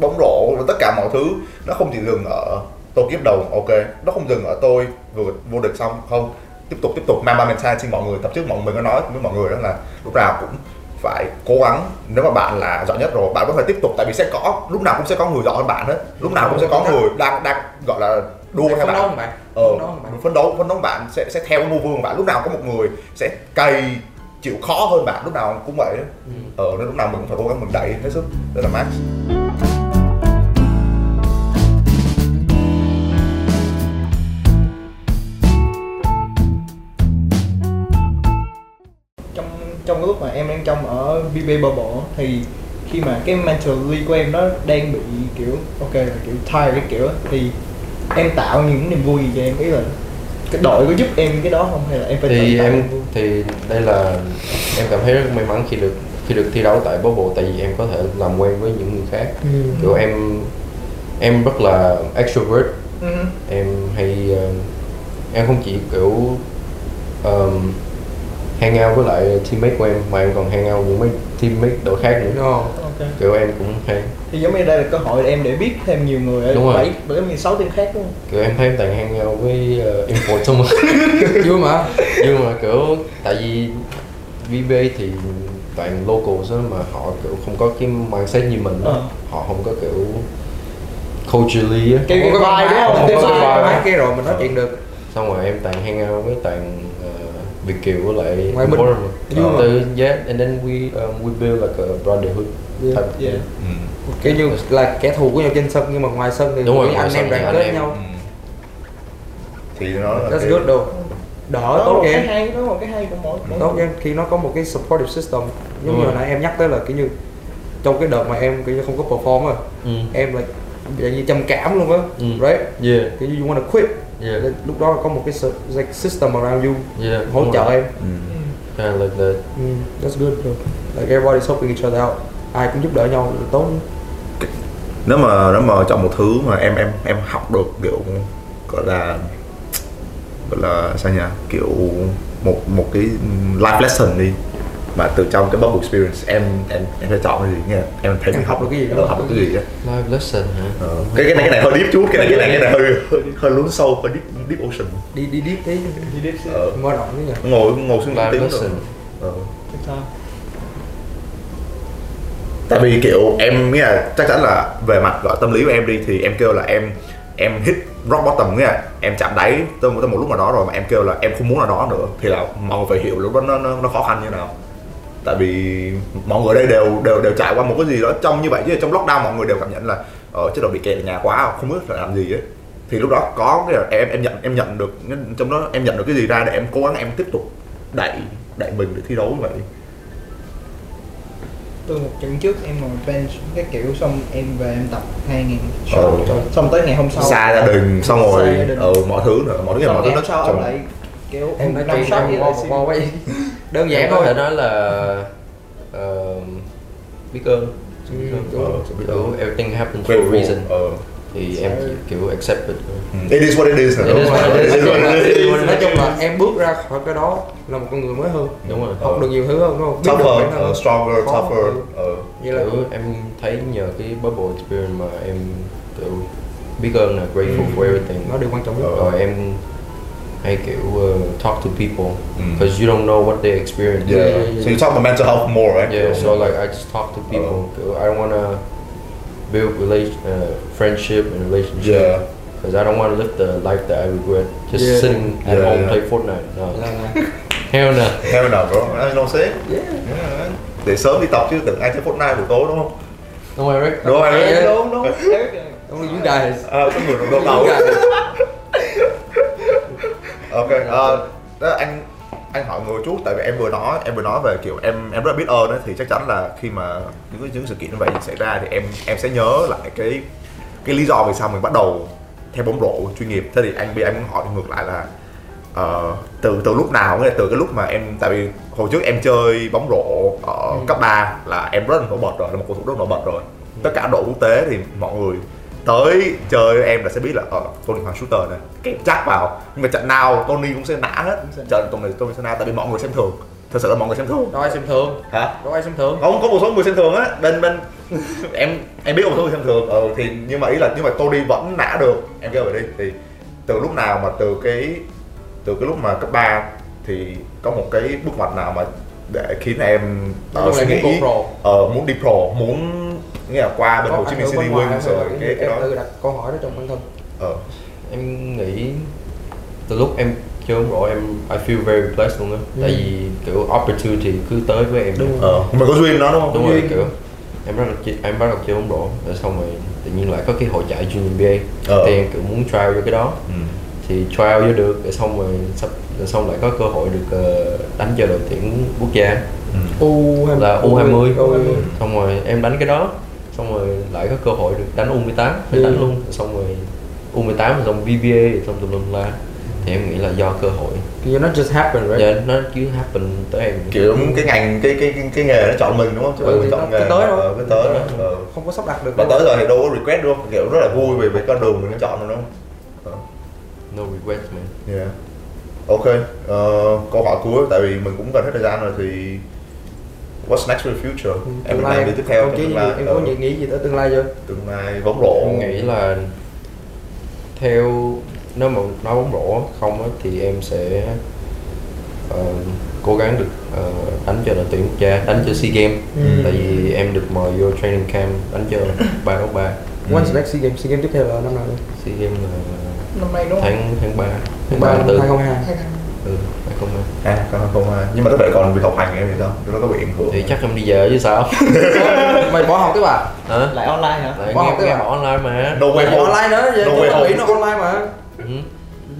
Speaker 1: bóng rổ rồi tất cả mọi thứ nó không chỉ dừng ở tôi kiếp đầu ok nó không dừng ở tôi vừa vô địch xong không tiếp tục tiếp tục Mamba mentality xin mọi người tập trước mọi người có nói với mọi người đó là lúc nào cũng phải cố gắng nếu mà bạn là giỏi nhất rồi bạn có thể tiếp tục tại vì sẽ có lúc nào cũng sẽ có người giỏi hơn bạn hết lúc nào cũng sẽ có người đang đang gọi là đua
Speaker 3: Phải
Speaker 1: theo
Speaker 3: phấn
Speaker 1: bạn
Speaker 3: đấu không bạn
Speaker 1: ờ,
Speaker 3: Phấn đấu không bạn
Speaker 1: phấn đấu phấn đấu bạn sẽ sẽ theo cái ngôi vương của bạn lúc nào có một người sẽ cày chịu khó hơn bạn lúc nào cũng vậy
Speaker 3: Ừ.
Speaker 1: ờ nên lúc nào mình cũng phải cố gắng mình đẩy hết sức đó là max
Speaker 4: trong trong cái lúc mà em đang trong ở BB bubble thì khi mà cái mentally của em nó đang bị kiểu ok là kiểu tired cái kiểu á, thì em tạo những niềm vui gì cho em ý là cái đội có giúp em cái đó không hay là em phải
Speaker 2: thì
Speaker 4: tự tạo
Speaker 2: em
Speaker 4: niềm vui?
Speaker 2: thì đây là em cảm thấy rất may mắn khi được khi được thi đấu tại Bubble tại vì em có thể làm quen với những người khác
Speaker 4: Ừ.
Speaker 2: kiểu em em rất là extrovert
Speaker 4: Ừ.
Speaker 2: em hay ờ, em không chỉ kiểu um, hang out với lại teammate của em mà em còn hang out với mấy teammate đội khác nữa
Speaker 3: Đúng không?
Speaker 4: ok
Speaker 2: kiểu em cũng hay
Speaker 4: thì giống như đây là cơ hội để em để biết thêm nhiều người ở
Speaker 2: Đúng rồi.
Speaker 4: bảy bảy mười sáu tiếng khác đúng không
Speaker 2: kiểu em thấy em toàn hang out với uh, informer
Speaker 3: vui mà
Speaker 2: nhưng mà kiểu tại vì VB thì toàn locals đó mà họ kiểu không có cái mindset như mình đó.
Speaker 4: Ờ.
Speaker 2: họ không có kiểu culturally á
Speaker 4: Cái-
Speaker 3: Không có
Speaker 4: vibe
Speaker 3: văn hóa,
Speaker 4: đúng không?
Speaker 3: không
Speaker 2: Cái
Speaker 3: có
Speaker 2: vibe
Speaker 3: văn
Speaker 2: đó.
Speaker 3: hóa kia rồi mình nói chuyện được
Speaker 2: xong rồi em toàn hang out với toàn uh, Việt kiều với lại
Speaker 3: Ngoại binh.
Speaker 2: foreigner.
Speaker 3: Đúng
Speaker 2: Ờ,
Speaker 3: rồi.
Speaker 2: từ yeah and then we um, we build like a brotherhood
Speaker 3: Yeah.
Speaker 2: type thing.
Speaker 4: Yeah.
Speaker 1: Ừ,
Speaker 3: kiểu như là kẻ thù của nhau trên sân nhưng mà ngoài sân thì
Speaker 2: Đúng rồi,
Speaker 3: những
Speaker 2: ngoài
Speaker 3: anh
Speaker 2: sân
Speaker 3: em
Speaker 2: thì
Speaker 3: đoàn
Speaker 2: anh
Speaker 3: kết
Speaker 2: em.
Speaker 1: ừ.
Speaker 3: nhau
Speaker 1: Ờ, thì nó là
Speaker 3: that's
Speaker 1: cái-
Speaker 3: good đâu đỡ
Speaker 4: đó
Speaker 3: tốt cho
Speaker 4: là cái
Speaker 3: em
Speaker 4: hay đó là một cái hay của mỗi mỗi
Speaker 3: tốt cho em khi nó có một cái supportive system giống
Speaker 2: Đúng
Speaker 3: như
Speaker 2: rồi.
Speaker 3: hồi nãy em nhắc tới là kiểu như trong cái đợt mà em kiểu như không có perform rồi
Speaker 2: Ừ.
Speaker 3: em là dạng như trầm cảm luôn á
Speaker 2: Ừ.
Speaker 3: right
Speaker 2: yeah
Speaker 3: kiểu như you wanna quit
Speaker 2: Yeah.
Speaker 3: Nên lúc đó có một cái sự- like system around you
Speaker 2: Yeah,
Speaker 3: hỗ
Speaker 2: đúng
Speaker 3: trợ
Speaker 2: rồi.
Speaker 3: em
Speaker 1: Ừ.
Speaker 2: Kind of À, like that.
Speaker 3: Mm, that's good bro. Like everybody's helping each other out. Ai cũng giúp đỡ nhau là tốt.
Speaker 1: nếu mà nếu mà chọn một thứ mà em em em học được kiểu gọi là gọi là sao nhỉ kiểu một một cái life lesson đi mà từ trong cái bubble experience em em em sẽ chọn cái gì nha em thấy
Speaker 3: Em
Speaker 1: mình
Speaker 3: học được cái gì
Speaker 1: đó
Speaker 3: đó.
Speaker 1: học được cái gì đó
Speaker 2: Live lesson hả?
Speaker 1: Ờ, cái cái này cái này hơi deep chút cái này cái này cái này hơi hơi, hơi lún sâu hơi deep deep ocean
Speaker 3: Đi đi deep tí,
Speaker 4: He did say
Speaker 1: Ờ,
Speaker 3: mở rộng thế nhỉ.
Speaker 1: ngồi ngồi xuống
Speaker 2: Life
Speaker 1: tiếng rồi
Speaker 2: lesson.
Speaker 1: Ờ.
Speaker 4: Thực sao?
Speaker 1: tại vì kiểu em nghĩ là chắc chắn là về mặt gọi tâm lý của em đi thì em kêu là em em hit rock bottom nghĩa là em chạm đáy tới một, tới một lúc nào đó rồi mà em kêu là em không muốn ở đó nữa thì là mọi người phải hiểu lúc đó nó nó, nó khó khăn như nào tại vì mọi người đây đều đều đều trải qua một cái gì đó trong như vậy chứ trong lockdown mọi người đều cảm nhận là ở chế độ bị kẹt ở nhà quá không biết phải làm gì ấy thì lúc đó có cái là em em nhận em nhận được trong đó em nhận được cái gì ra để em cố gắng em tiếp tục đẩy đẩy mình để thi đấu như vậy
Speaker 4: Tôi một trận trước em ngồi bench cái kiểu xong em về em tập 2000
Speaker 1: Ờ.
Speaker 4: shot Xong- xong tới ngày hôm sau
Speaker 1: xa gia đình xong rồi
Speaker 4: Xa gia đình.
Speaker 1: ừ, mọi thứ nữa mọi thứ
Speaker 4: Xong
Speaker 1: mọi thứ
Speaker 4: ngày hôm sau
Speaker 1: xong
Speaker 4: em
Speaker 1: rồi.
Speaker 4: lại kiểu
Speaker 3: Em nói
Speaker 4: năm
Speaker 3: chuyện
Speaker 4: shot
Speaker 3: em
Speaker 4: với lại
Speaker 3: bo
Speaker 4: xin-
Speaker 3: bo quay. Đơn
Speaker 2: Em
Speaker 3: giản
Speaker 2: có
Speaker 3: thôi.
Speaker 2: thể nói là uh, biết ơn.
Speaker 3: Ừ,
Speaker 2: Ờ, Biết ơn.
Speaker 1: rồi.
Speaker 3: đúng
Speaker 2: Kiểu everything happens for a
Speaker 1: Grateful,
Speaker 2: reason.
Speaker 1: ờ. ừ.
Speaker 2: Thì em chỉ kiểu accept it.
Speaker 1: it is what it is
Speaker 2: It
Speaker 1: đúng
Speaker 2: is
Speaker 1: không?
Speaker 2: what it is.
Speaker 1: It is what it is.
Speaker 3: Nói chung là em bước ra khỏi cái đó là một con người mới hơn.
Speaker 2: Đúng rồi.
Speaker 3: Học được nhiều thứ hơn đúng không? Biết được bản
Speaker 1: tougher
Speaker 3: thân
Speaker 1: ờ,
Speaker 3: hơn.
Speaker 1: stronger
Speaker 3: Khó.
Speaker 1: tougher ờ.
Speaker 3: Vậy là
Speaker 2: kiểu em thấy nhờ cái bubble experience mà em kiểu biết ơn là grateful
Speaker 3: Ừ.
Speaker 2: for everything.
Speaker 3: nó điều quan trọng nhất.
Speaker 1: Ờ.
Speaker 2: Rồi em hay kiểu uh, talk to people
Speaker 1: Ừ.
Speaker 2: because you don't know what they experience.
Speaker 1: Mm. yeah. so you talk about mental health more right
Speaker 2: Yeah, so like I just talk to
Speaker 1: Uh-huh.
Speaker 2: people. I don't wanna build relation, uh, friendship and relationship.
Speaker 1: Yeah.
Speaker 2: Cause I don't wanna live the life that I regret. Just
Speaker 3: Yeah.
Speaker 2: sitting at
Speaker 1: Yeah,
Speaker 2: home
Speaker 1: yeah.
Speaker 2: play Fortnite.
Speaker 1: Ờ.
Speaker 2: No.
Speaker 3: Là là
Speaker 2: Hell no.
Speaker 1: hell no bro I don't say yeah. để sớm đi tập chứ đừng ai chơi Fortnite buổi tối đúng không
Speaker 2: Don't worry, Rick.
Speaker 1: đúng không
Speaker 4: Đúng,
Speaker 1: anh
Speaker 4: đúng, đúng. Eric là-
Speaker 3: ông you guys.
Speaker 1: à, cái người đồng đầu
Speaker 3: You
Speaker 1: đầu
Speaker 3: guys.
Speaker 1: ok ờ, đó là anh anh hỏi người chút tại vì em vừa nói em vừa nói về kiểu em em rất là biết ơn ấy, thì chắc chắn là khi mà những cái những sự kiện như vậy xảy ra thì em em sẽ nhớ lại cái cái lý do vì sao mình bắt đầu theo bóng rổ chuyên nghiệp thế thì anh bây giờ em muốn hỏi ngược lại là ờ, từ từ lúc nào nghĩa là từ cái lúc mà em tại vì hồi trước em chơi bóng rổ ở cấp 3 là em rất là nổi bật rồi là một cầu thủ rất nổi bật rồi tất cả đội quốc tế thì mọi người tới chơi em là sẽ biết là ở Tony Hoàng shooter này kẹp chắc vào nhưng mà trận nào Tony cũng sẽ nã hết trận tuần này Tony sẽ nã tại vì mọi người xem thường thật sự là mọi người xem thường
Speaker 3: Đó ai xem thường.
Speaker 1: hả
Speaker 3: Đó ai xem thường.
Speaker 1: không có một số người xem thường á bên bên em em biết một số người xem thường ừ, thì nhưng mà ý là nhưng mà tôi đi vẫn nã được em kêu vậy đi thì từ lúc nào mà từ cái từ cái lúc mà cấp 3 thì có một cái bước ngoặt nào mà để khiến em
Speaker 3: Nói
Speaker 1: ờ,
Speaker 3: chung là muốn go pro.
Speaker 1: ờ, muốn đi pro muốn nghĩa là qua bên
Speaker 3: Có
Speaker 1: Hồ Chí
Speaker 3: ảnh
Speaker 1: Minh
Speaker 3: hưởng
Speaker 1: City
Speaker 3: bên ngoài
Speaker 1: Wings
Speaker 3: hay
Speaker 1: rồi
Speaker 3: là
Speaker 1: cái, cái
Speaker 3: em
Speaker 1: đó
Speaker 3: tự đặt câu hỏi đó trong bản thân.
Speaker 1: ờ
Speaker 2: em nghĩ từ lúc em chơi bóng rổ em I feel very blessed luôn á.
Speaker 1: Mm.
Speaker 2: Tại
Speaker 3: Ừ.
Speaker 2: vì kiểu opportunity cứ tới với em.
Speaker 3: Đúng.
Speaker 1: ờ mình có duyên đó đúng không
Speaker 2: Đúng rồi
Speaker 3: Duyên.
Speaker 2: kiểu em bắt đầu chơi, em bắt đầu chơi bóng rổ rồi xong rồi tự nhiên lại có cái hội chạy Junior NBA
Speaker 1: Ờ.
Speaker 2: thì em kiểu muốn trial vô cái đó
Speaker 1: ừ.
Speaker 2: thì trial vô được rồi xong rồi sắp rồi xong lại có cơ hội được ờ, đánh cho đội tuyển quốc gia
Speaker 1: Ừ.
Speaker 3: U
Speaker 2: là U20
Speaker 3: U20.
Speaker 2: xong rồi em đánh cái đó xong rồi lại có cơ hội được đánh U18 phải
Speaker 3: Ừ.
Speaker 2: đánh luôn Rồi xong rồi U18 rồi xong VBA rồi xong tùm lum la thì em nghĩ là do cơ hội
Speaker 3: You know just happened right?
Speaker 2: Dạ, nó cứ happen tới em
Speaker 1: kiểu cái ngành cái cái cái, cái nghề nó chọn mình đúng không chứ
Speaker 3: Ừ,
Speaker 1: không phải
Speaker 3: thì
Speaker 1: chọn
Speaker 3: nó-
Speaker 1: nghề
Speaker 3: cái tới đâu.
Speaker 1: Ờ, cái tới đó ờ.
Speaker 3: Không có sắp đặt được.
Speaker 1: mà
Speaker 3: đâu.
Speaker 1: tới rồi thì đâu có request đúng không kiểu rất là vui về về con đường mình đã chọn rồi đúng không
Speaker 2: no regrets man
Speaker 1: Ờ, yeah. ok ờ, câu hỏi cuối tại vì mình cũng gần hết thời gian rồi thì what's next for the future
Speaker 3: Ừ,
Speaker 1: em
Speaker 3: tương
Speaker 1: định
Speaker 3: lai
Speaker 1: làm gì tiếp theo
Speaker 3: Đồng
Speaker 1: trong
Speaker 3: chí
Speaker 1: tương lai
Speaker 3: em
Speaker 1: Ờ,
Speaker 3: có nghĩ- nghĩ gì tới tương lai chưa?
Speaker 1: tương lai bóng rổ
Speaker 2: em nghĩ là theo nếu mà nói bóng rổ không á, thì em sẽ ờ, cố gắng được ờ, đánh cho đội tuyển quốc gia đánh cho sea games
Speaker 3: Ừ.
Speaker 2: tại vì em được mời vô training camp đánh cho ba đấu ba Ừ.
Speaker 3: When's next SEA Games? SEA Games tiếp theo là năm nào? đây?
Speaker 2: sea games là
Speaker 4: Năm nay đúng không?
Speaker 2: tháng tháng ba
Speaker 3: Tháng
Speaker 2: tháng
Speaker 3: ba
Speaker 2: ba
Speaker 3: năm
Speaker 2: tư
Speaker 3: 2022.
Speaker 2: ừ hai không hai
Speaker 1: à không không à. nhưng mà tất cả còn việc học hành em thì sao nó có bị ảnh hưởng
Speaker 2: thì chắc em đi về chứ sao
Speaker 3: Mày bỏ học à? cái bà?
Speaker 2: hả
Speaker 4: Lại online hả?
Speaker 2: Lại
Speaker 3: Bỏ
Speaker 2: nghe,
Speaker 3: học cái
Speaker 2: nghe
Speaker 3: à?
Speaker 2: bỏ online mà
Speaker 1: no way
Speaker 3: Mày
Speaker 1: home
Speaker 3: online nữa, giờ
Speaker 1: No way
Speaker 3: chúng bên
Speaker 1: home.
Speaker 3: Mỹ nó online mà.
Speaker 2: ừ.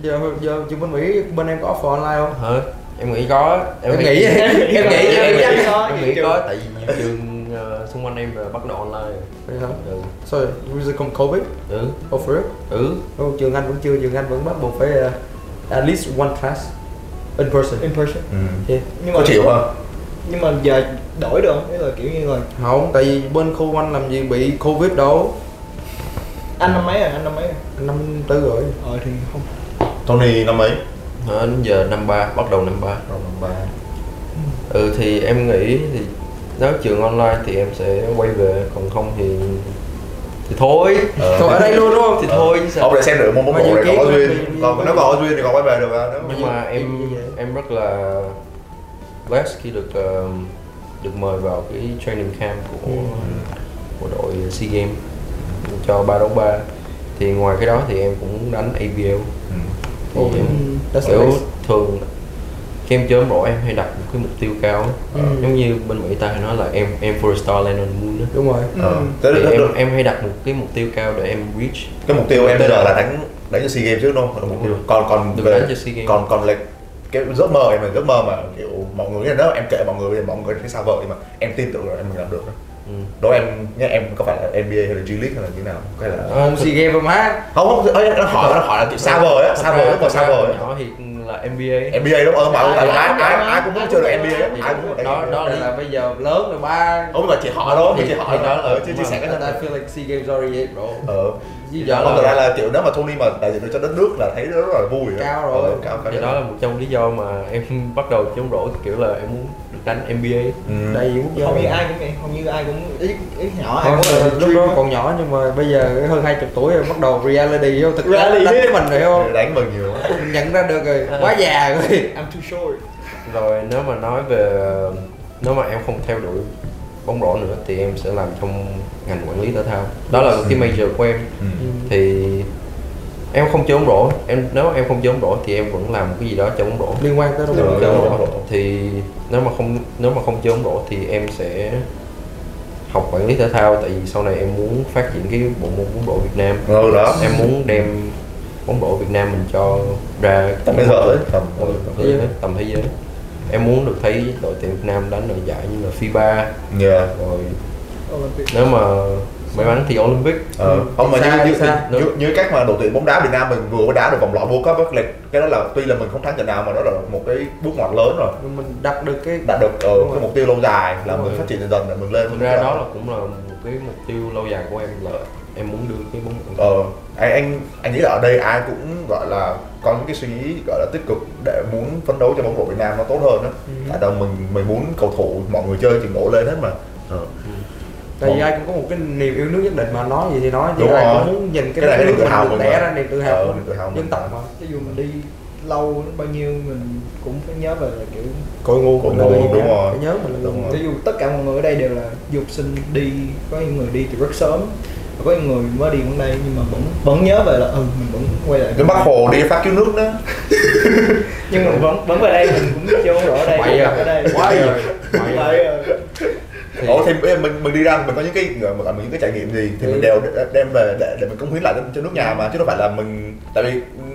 Speaker 3: Giờ giờ chúng bên Mỹ bên em có offer online không?
Speaker 2: hả em nghĩ có
Speaker 3: Em nghĩ em nghĩ
Speaker 2: em nghĩ
Speaker 3: em
Speaker 2: em
Speaker 3: nghĩ
Speaker 2: nghĩ
Speaker 4: có,
Speaker 2: em
Speaker 4: nhiều
Speaker 2: nghĩ
Speaker 4: trường.
Speaker 2: có tại vì nhiều trường ờ, xung quanh em là bắt đầu online rồi.
Speaker 3: Vậy hả?
Speaker 2: ừ
Speaker 3: Sorry, was it from COVID?
Speaker 2: ừ
Speaker 3: Oh, for real?
Speaker 2: ừ
Speaker 3: Oh, trường Anh vẫn chưa, trường Anh vẫn bắt buộc phải uh, at least one class in person.
Speaker 4: in person
Speaker 1: Ừ.
Speaker 3: Yeah.
Speaker 4: nhưng
Speaker 1: Có chịu không?
Speaker 4: nhưng mà giờ đổi được không? Ý là kiểu như là
Speaker 3: Không, tại vì bên khu anh làm gì bị Covid đâu.
Speaker 4: anh năm mấy rồi anh năm mấy rồi
Speaker 3: Năm tư rồi.
Speaker 4: ờ thì không
Speaker 1: Tony năm ấy
Speaker 2: đến giờ năm ba bắt đầu năm ba
Speaker 1: Rồi năm ba
Speaker 2: ừ thì em nghĩ thì nếu trường online thì em sẽ quay về còn không thì thì thôi
Speaker 1: Ờ.
Speaker 3: Còn ở đây luôn đúng không?
Speaker 2: thì thôi chứ sao
Speaker 1: Ông lại xem được môn bóng
Speaker 3: Mà
Speaker 1: rổ này
Speaker 3: dự kiến
Speaker 1: còn có
Speaker 3: là
Speaker 1: duyên
Speaker 3: mình-
Speaker 1: Còn nếu còn có duyên thì còn quay về được mà nếu
Speaker 2: nhưng mà em em rất là blessed khi được ờ, được mời vào cái training camp của
Speaker 1: Ừ.
Speaker 2: của đội sea games cho ba đấu ba thì ngoài cái đó thì em cũng đánh ABL
Speaker 1: Ừ.
Speaker 2: thì
Speaker 3: Oh,
Speaker 2: em
Speaker 3: that's
Speaker 2: kiểu
Speaker 3: nice.
Speaker 2: thường khi em chơi bóng rổ em hay đặt một cái mục tiêu cao á. Ờ,
Speaker 3: Ừ.
Speaker 2: giống như bên Mỹ ta hay nói là em em for a star land on the moon á.
Speaker 3: Đúng rồi.
Speaker 1: Ờ.
Speaker 4: Ừ.
Speaker 1: Thế
Speaker 2: thì
Speaker 1: là-
Speaker 2: em em hay đặt một cái mục tiêu cao để em reach
Speaker 1: cái mục tiêu em bây giờ là đánh đánh cho SEA Games trước đúng không? Là mục tiêu. Còn còn
Speaker 2: Được đánh cho SEA Games.
Speaker 1: còn còn lệch cái giấc mơ em là giấc mơ mà kiểu mọi người nghĩ là nếu em kể mọi người thì mọi người thấy xa vời nhưng mà em tin tưởng là em mình làm được đó.
Speaker 2: ừ.
Speaker 1: Đó em nhá em có phải là NBA hay là G League hay là như thế nào? Hay là
Speaker 3: Không sea game mà má.
Speaker 1: không không ấy, nó hỏi nó hỏi là kiểu xa vời á, xa vời
Speaker 2: Thật
Speaker 1: lúc
Speaker 2: ra-
Speaker 1: mà xa
Speaker 2: thật ra
Speaker 1: vời.
Speaker 2: hồi nhỏ thì là NBA
Speaker 1: NBA đúng không? Mà không phải là ai ai ai cũng muốn chơi được
Speaker 4: Thì
Speaker 1: NBA, ai cũng muốn đánh
Speaker 2: đó-
Speaker 1: NBA.
Speaker 2: đó
Speaker 3: Đây là bây giờ lớn rồi ba. Ờ,
Speaker 1: Ủa mà chị hỏi đó,
Speaker 2: Thì-
Speaker 1: chị hỏi
Speaker 2: thì
Speaker 1: đó
Speaker 2: đó
Speaker 1: là
Speaker 2: là- vâng.
Speaker 1: chia chia sẻ cái
Speaker 3: I,
Speaker 1: này.
Speaker 3: I feel like sea games already it, bro.
Speaker 1: Ờ.
Speaker 3: Như
Speaker 2: Dạ,
Speaker 3: giờ
Speaker 1: Không, thật
Speaker 3: là
Speaker 1: ra là kiểu nếu mà Tony mà đại diện được cho đất nước là thấy rất là vui. á.
Speaker 3: Cao rồi.
Speaker 1: Ờ, cao cao.
Speaker 2: thì đó là một trong lý do mà em bắt đầu chống rổ kiểu là em muốn được đánh NBA
Speaker 1: Ừ.
Speaker 3: đầy quốc gia.
Speaker 4: hầu như ai cũng vậy hầu như ai cũng ít ít nhỏ ai
Speaker 3: Không,
Speaker 4: cũng là
Speaker 3: lúc
Speaker 4: dream
Speaker 3: đó
Speaker 4: á.
Speaker 3: còn nhỏ nhưng mà bây giờ hơn 20 tuổi rồi bắt đầu reality Ừ. vô thực
Speaker 4: Reality.
Speaker 3: ra đánh với mình rồi không?
Speaker 1: đánh mình nhiều quá.
Speaker 3: Mình nhận ra được rồi, quá già rồi
Speaker 4: I'm too short
Speaker 2: rồi nếu mà nói về nếu mà em không theo đuổi bóng rổ nữa thì em sẽ làm trong ngành quản lý thể thao đó là cái major của em
Speaker 1: Ừ.
Speaker 2: thì em không chơi bóng rổ em nếu em không chơi bóng rổ thì em vẫn làm một cái gì đó cho bóng rổ
Speaker 3: liên quan tới
Speaker 1: Đúng
Speaker 3: đâu
Speaker 1: rồi.
Speaker 2: Chơi
Speaker 1: Chơi
Speaker 2: bóng
Speaker 1: bóng
Speaker 2: rổ
Speaker 1: rổ.
Speaker 2: thì nếu mà không nếu mà không chơi bóng rổ thì em sẽ học quản lý thể thao tại vì sau này em muốn phát triển cái bộ môn bóng rổ Việt Nam
Speaker 1: Ừ, đó.
Speaker 2: em muốn đem bóng rổ Việt Nam mình cho ra
Speaker 1: Tầm thế giới ấy, tầm-
Speaker 2: Ừ, tầm thế giới tầm thế giới em muốn được thấy đội tuyển Việt Nam đánh ở giải như là FIBA
Speaker 1: Yeah.
Speaker 2: rồi
Speaker 4: Olympic
Speaker 2: nếu mà may mắn thì Olympic
Speaker 1: Ờ, không mà
Speaker 3: Ừ. Xa,
Speaker 1: như, như,
Speaker 3: xa.
Speaker 1: như, như cách mà đội tuyển bóng đá Việt Nam mình vừa mới đá được vòng loại World Cup á, là- cái đó là tuy là mình không thắng trận nào mà nó là một cái bước ngoặt lớn rồi
Speaker 3: Nhưng mình đặt được cái
Speaker 1: đạt được ờ,
Speaker 3: Đúng
Speaker 1: cái
Speaker 3: rồi.
Speaker 1: mục tiêu lâu dài là
Speaker 2: Đúng
Speaker 1: mình
Speaker 2: rồi.
Speaker 1: phát triển dần dần để mình lên
Speaker 2: thực ra đó là cũng là một cái mục tiêu lâu dài của em là em muốn đưa cái bóng rổ
Speaker 1: ờ, anh, anh anh nghĩ là ở đây ai cũng gọi là có những cái suy nghĩ gọi là tích cực để muốn phấn đấu cho bóng rổ Việt Nam nó tốt hơn đó
Speaker 3: Ừ.
Speaker 1: tại đâu mình mình muốn cầu thủ mọi người chơi thì nổ lên hết mà Ờ.
Speaker 3: tại vì ai cũng có một cái niềm yêu nước nhất định mà nói gì thì nói chứ
Speaker 1: Đúng
Speaker 3: ai
Speaker 1: rồi.
Speaker 3: cũng muốn nhìn
Speaker 1: Cái
Speaker 3: cái,
Speaker 1: này
Speaker 3: đất
Speaker 1: là
Speaker 3: nước
Speaker 1: niềm tự
Speaker 3: mình
Speaker 1: hào
Speaker 3: được
Speaker 1: mình
Speaker 3: đẻ
Speaker 1: mà.
Speaker 3: ra niềm tự hào
Speaker 1: Ờ,
Speaker 3: của
Speaker 1: niềm tự hào
Speaker 3: dân
Speaker 1: mình
Speaker 3: tộc mà
Speaker 4: ví dụ mình đi lâu đến bao nhiêu mình cũng phải nhớ về là kiểu
Speaker 3: cội nguồn
Speaker 1: Cội
Speaker 3: của người
Speaker 1: nguồn, đúng
Speaker 3: Việt Nam.
Speaker 1: rồi.
Speaker 3: Phải nhớ mình là người
Speaker 1: Đúng rồi.
Speaker 4: ví dụ tất cả mọi người ở đây đều là du học sinh đi có những người đi từ rất sớm và có những người mới đi cũng đây nhưng mà vẫn vẫn nhớ về là ừ mình vẫn quay lại
Speaker 1: cái bác hồ đi phát cứu nước đó
Speaker 4: nhưng mà vẫn vẫn về đây mình cũng chơi bóng rổ ở đây
Speaker 3: Bậy
Speaker 4: cũng
Speaker 3: à.
Speaker 4: ở đây
Speaker 3: Quá rồi.
Speaker 4: Bậy à.
Speaker 2: Thì-
Speaker 1: Ủa thì mình mình đi ra mình có những cái mà cả mình những cái trải nghiệm gì thì
Speaker 3: Ừ.
Speaker 1: mình đều đe- đem về để, để mình cống hiến lại cho, cho nước nhà mà chứ đâu phải là mình tại vì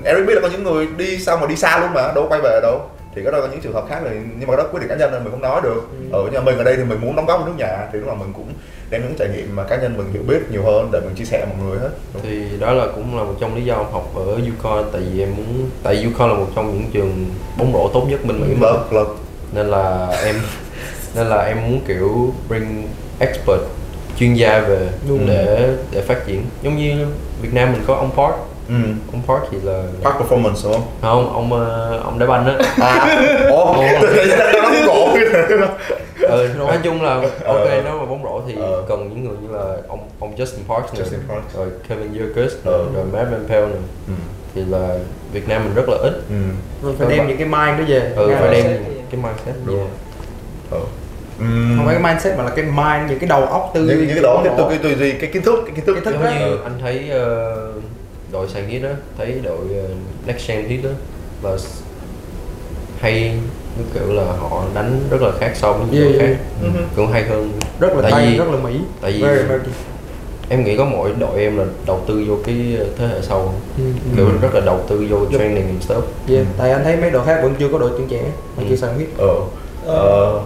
Speaker 1: Eric biết là có những người đi xong rồi đi xa luôn mà đâu có quay về đâu thì cái đó có những trường hợp khác rồi nhưng mà cái đó quyết định cá nhân nên mình không nói được
Speaker 3: Ừ.
Speaker 1: ở nhà mình ở đây thì mình muốn đóng góp cho nước nhà thì lúc nào mình cũng đem những trải nghiệm mà cá nhân mình hiểu biết nhiều hơn để mình chia sẻ với mọi người hết
Speaker 2: thì đó là cũng là một trong lý do em học ở UConn tại vì em muốn tại vì UConn là một trong những trường bóng rổ tốt nhất bên Mỹ mà
Speaker 1: vâng vâng
Speaker 2: nên là em nên là em muốn kiểu bring expert chuyên gia về
Speaker 3: Đúng.
Speaker 2: để để phát triển giống như Việt Nam mình có ông Park
Speaker 1: ừ.
Speaker 2: ông Park thì là
Speaker 1: Park performance đúng không?
Speaker 2: không ông ờ, ông đá banh á
Speaker 1: À, ồ, nó cũng cổ
Speaker 2: ừ, nói chung là ok
Speaker 1: Ờ.
Speaker 2: nếu mà bóng rổ thì
Speaker 1: Ờ.
Speaker 2: cần những người như là ông ông Justin Parks nữa
Speaker 1: Justin Parks.
Speaker 2: rồi Kevin Jokic
Speaker 1: Ờ.
Speaker 2: rồi Matt Van Pelt nữa
Speaker 1: Ừ,
Speaker 2: thì là Việt Nam mình rất là ít
Speaker 1: ừ.
Speaker 3: Rồi phải
Speaker 2: Ừ.
Speaker 3: đem những cái mind đó về
Speaker 2: ừ,
Speaker 3: Nghe
Speaker 2: phải
Speaker 3: là-
Speaker 2: đem
Speaker 4: mindset gì?
Speaker 2: cái mindset
Speaker 1: Đúng
Speaker 2: gì?
Speaker 1: rồi. Ờ. Ừm.
Speaker 3: không phải cái mindset mà là cái mind những cái đầu óc tư
Speaker 1: những những cái đó
Speaker 3: của
Speaker 1: cái
Speaker 3: nó.
Speaker 1: tư cái tư duy cái kiến thức cái kiến thức
Speaker 3: Kiến thức
Speaker 2: giống
Speaker 3: đó.
Speaker 2: như anh thấy ờ, đội sàn hit đó thấy đội ờ, next gen hit đó là s- hay như kiểu là họ đánh rất là khác so với những
Speaker 3: Yeah,
Speaker 2: đội
Speaker 3: yeah. Mm-hmm.
Speaker 2: khác Ừ, cũng hay hơn
Speaker 3: rất là
Speaker 2: tại
Speaker 3: tây
Speaker 2: vì
Speaker 3: rất là mỹ
Speaker 2: tại vì-
Speaker 3: Very American.
Speaker 2: em nghĩ có mỗi đội em là đầu tư vô cái ờ, thế hệ sau
Speaker 3: Ừ, ừ.
Speaker 2: kiểu rất là đầu tư vô training and stuff
Speaker 3: Yeah, tại anh thấy mấy đội khác vẫn chưa có đội tuyển trẻ mà
Speaker 2: Ừ.
Speaker 3: chưa sẵn biết
Speaker 1: ờ ờ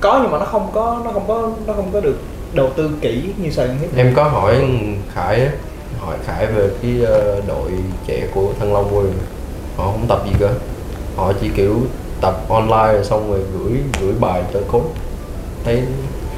Speaker 4: có nhưng mà nó không có nó không có nó không có được đầu tư kỹ như Sài Gòn Hiếp
Speaker 2: em có hỏi Khải á, hỏi Khải về cái ờ, đội trẻ của Thăng Long rồi họ không tập gì cơ họ chỉ kiểu tập online rồi xong rồi gửi gửi bài cho coach thấy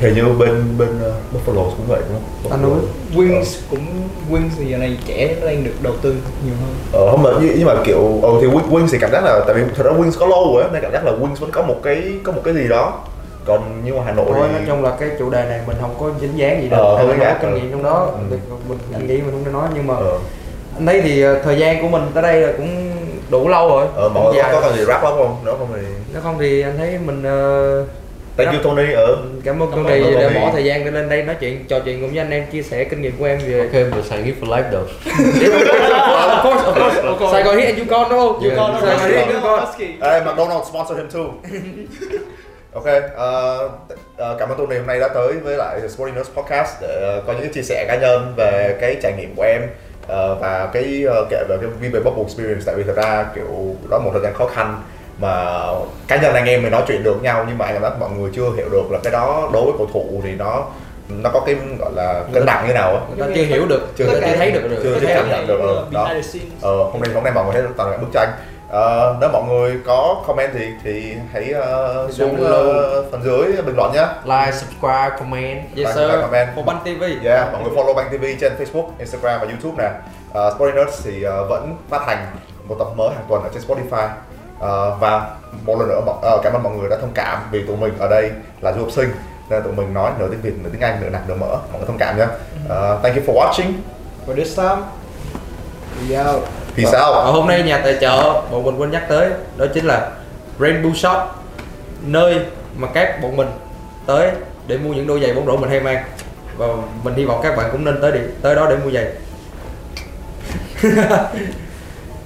Speaker 1: Hình như bên bên uh, Buffalo cũng vậy đúng không?
Speaker 3: À,
Speaker 4: Anh nói Wings cũng Wings thì giờ này trẻ nó đang được đầu tư nhiều hơn
Speaker 1: Ờ không mà nhưng nhưng mà kiểu ờ thì Win- Wings thì cảm giác là tại vì thật ra Wings có lâu rồi á nên cảm giác là Wings vẫn có một cái có một cái gì đó. Còn nhưng mà Hà Nội
Speaker 3: Thôi nói
Speaker 1: thì-
Speaker 3: chung là cái chủ đề này mình không có dính dáng gì đâu,
Speaker 1: Ờ,
Speaker 3: ờ,
Speaker 1: không
Speaker 3: mình
Speaker 1: dính
Speaker 3: có
Speaker 1: dáng,
Speaker 3: kinh
Speaker 1: ừ.
Speaker 3: nghiệm trong đó,
Speaker 1: Ừ.
Speaker 3: mình anh nghĩ mình không nên nói nhưng mà
Speaker 1: ờ
Speaker 3: anh thấy thì ờ, thời gian của mình tới đây là cũng đủ lâu rồi,
Speaker 1: ờ
Speaker 3: cũng
Speaker 1: mọi người
Speaker 3: dài
Speaker 1: có
Speaker 3: rồi.
Speaker 1: cần gì rap lắm không? Nếu không thì
Speaker 3: Nếu không thì anh thấy mình ờ,
Speaker 1: Thank you Tony ờ. ở
Speaker 3: cảm ơn
Speaker 1: Cảm
Speaker 3: công
Speaker 1: ơn
Speaker 3: ty đã
Speaker 1: Tony.
Speaker 3: bỏ thời gian để lên đây nói chuyện trò chuyện cùng với anh em chia sẻ kinh nghiệm của em về
Speaker 2: ok mình sẵn gift for life được
Speaker 3: of course, of course, of course. Sài Gòn Hit and you con đúng không?
Speaker 2: You Con,
Speaker 3: Sài Gòn Hit and you con.
Speaker 1: Ê, McDonald's sponsor him too Ok, ờ, t- ờ, cảm ơn Tony hôm nay đã tới với lại Sporting Nerds Podcast để ờ, có những cái chia sẻ cá nhân về cái trải nghiệm của em ờ, và cái ờ, kể về cái VB Bubble Experience tại vì thật ra kiểu đó là một thời gian khó khăn mà cá nhân anh em mới nói chuyện được với nhau nhưng mà em cảm giác mọi người chưa hiểu được là cái đó đối với cầu thủ thì nó nó có cái gọi là cân bằng như nào á
Speaker 3: Người ta chưa hiểu được,
Speaker 1: Chưa
Speaker 3: người ta
Speaker 1: thấy-
Speaker 3: chưa thấy được được.
Speaker 1: chưa-
Speaker 4: Tất
Speaker 1: chưa
Speaker 4: cả
Speaker 1: cảm nhận
Speaker 4: này
Speaker 1: được rồi.
Speaker 4: là
Speaker 1: Đó.
Speaker 4: behind the scenes.
Speaker 1: ờ, hôm nay hôm nay mọi người thấy toàn là bức tranh Ờ, nếu mọi người có comment thì thì hãy ờ,
Speaker 2: Thì
Speaker 1: xuống
Speaker 2: download.
Speaker 1: ờ, phần dưới bình luận nhé
Speaker 2: like subscribe comment
Speaker 3: Yes
Speaker 1: Bạn-
Speaker 3: sir,
Speaker 1: bạn comment.
Speaker 3: của Banh TV.
Speaker 1: yeah, mọi người follow Bang TV trên Facebook, Instagram và YouTube nè. Uh, Sporting Nerds thì ờ, vẫn phát hành một tập mới hàng tuần ở trên Spotify Ờ, và một lần nữa mọi- ờ, cảm ơn mọi người đã thông cảm vì tụi mình ở đây là du học sinh nên tụi mình nói nửa tiếng Việt, nửa tiếng Anh, nửa nạc, nửa mỡ. Mọi người thông cảm nhé. Ờ, thank you for watching.
Speaker 4: For this time, we out.
Speaker 1: Peace out.
Speaker 3: Ở Ờ, hôm nay nhà tài trợ bọn mình quên nhắc tới đó chính là Rainbow Shop nơi mà các bọn mình tới để mua những đôi giày bóng rổ mình hay mang và mình hy vọng các bạn cũng nên tới đi tới đó để mua giày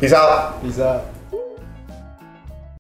Speaker 1: Peace out.
Speaker 4: Peace out.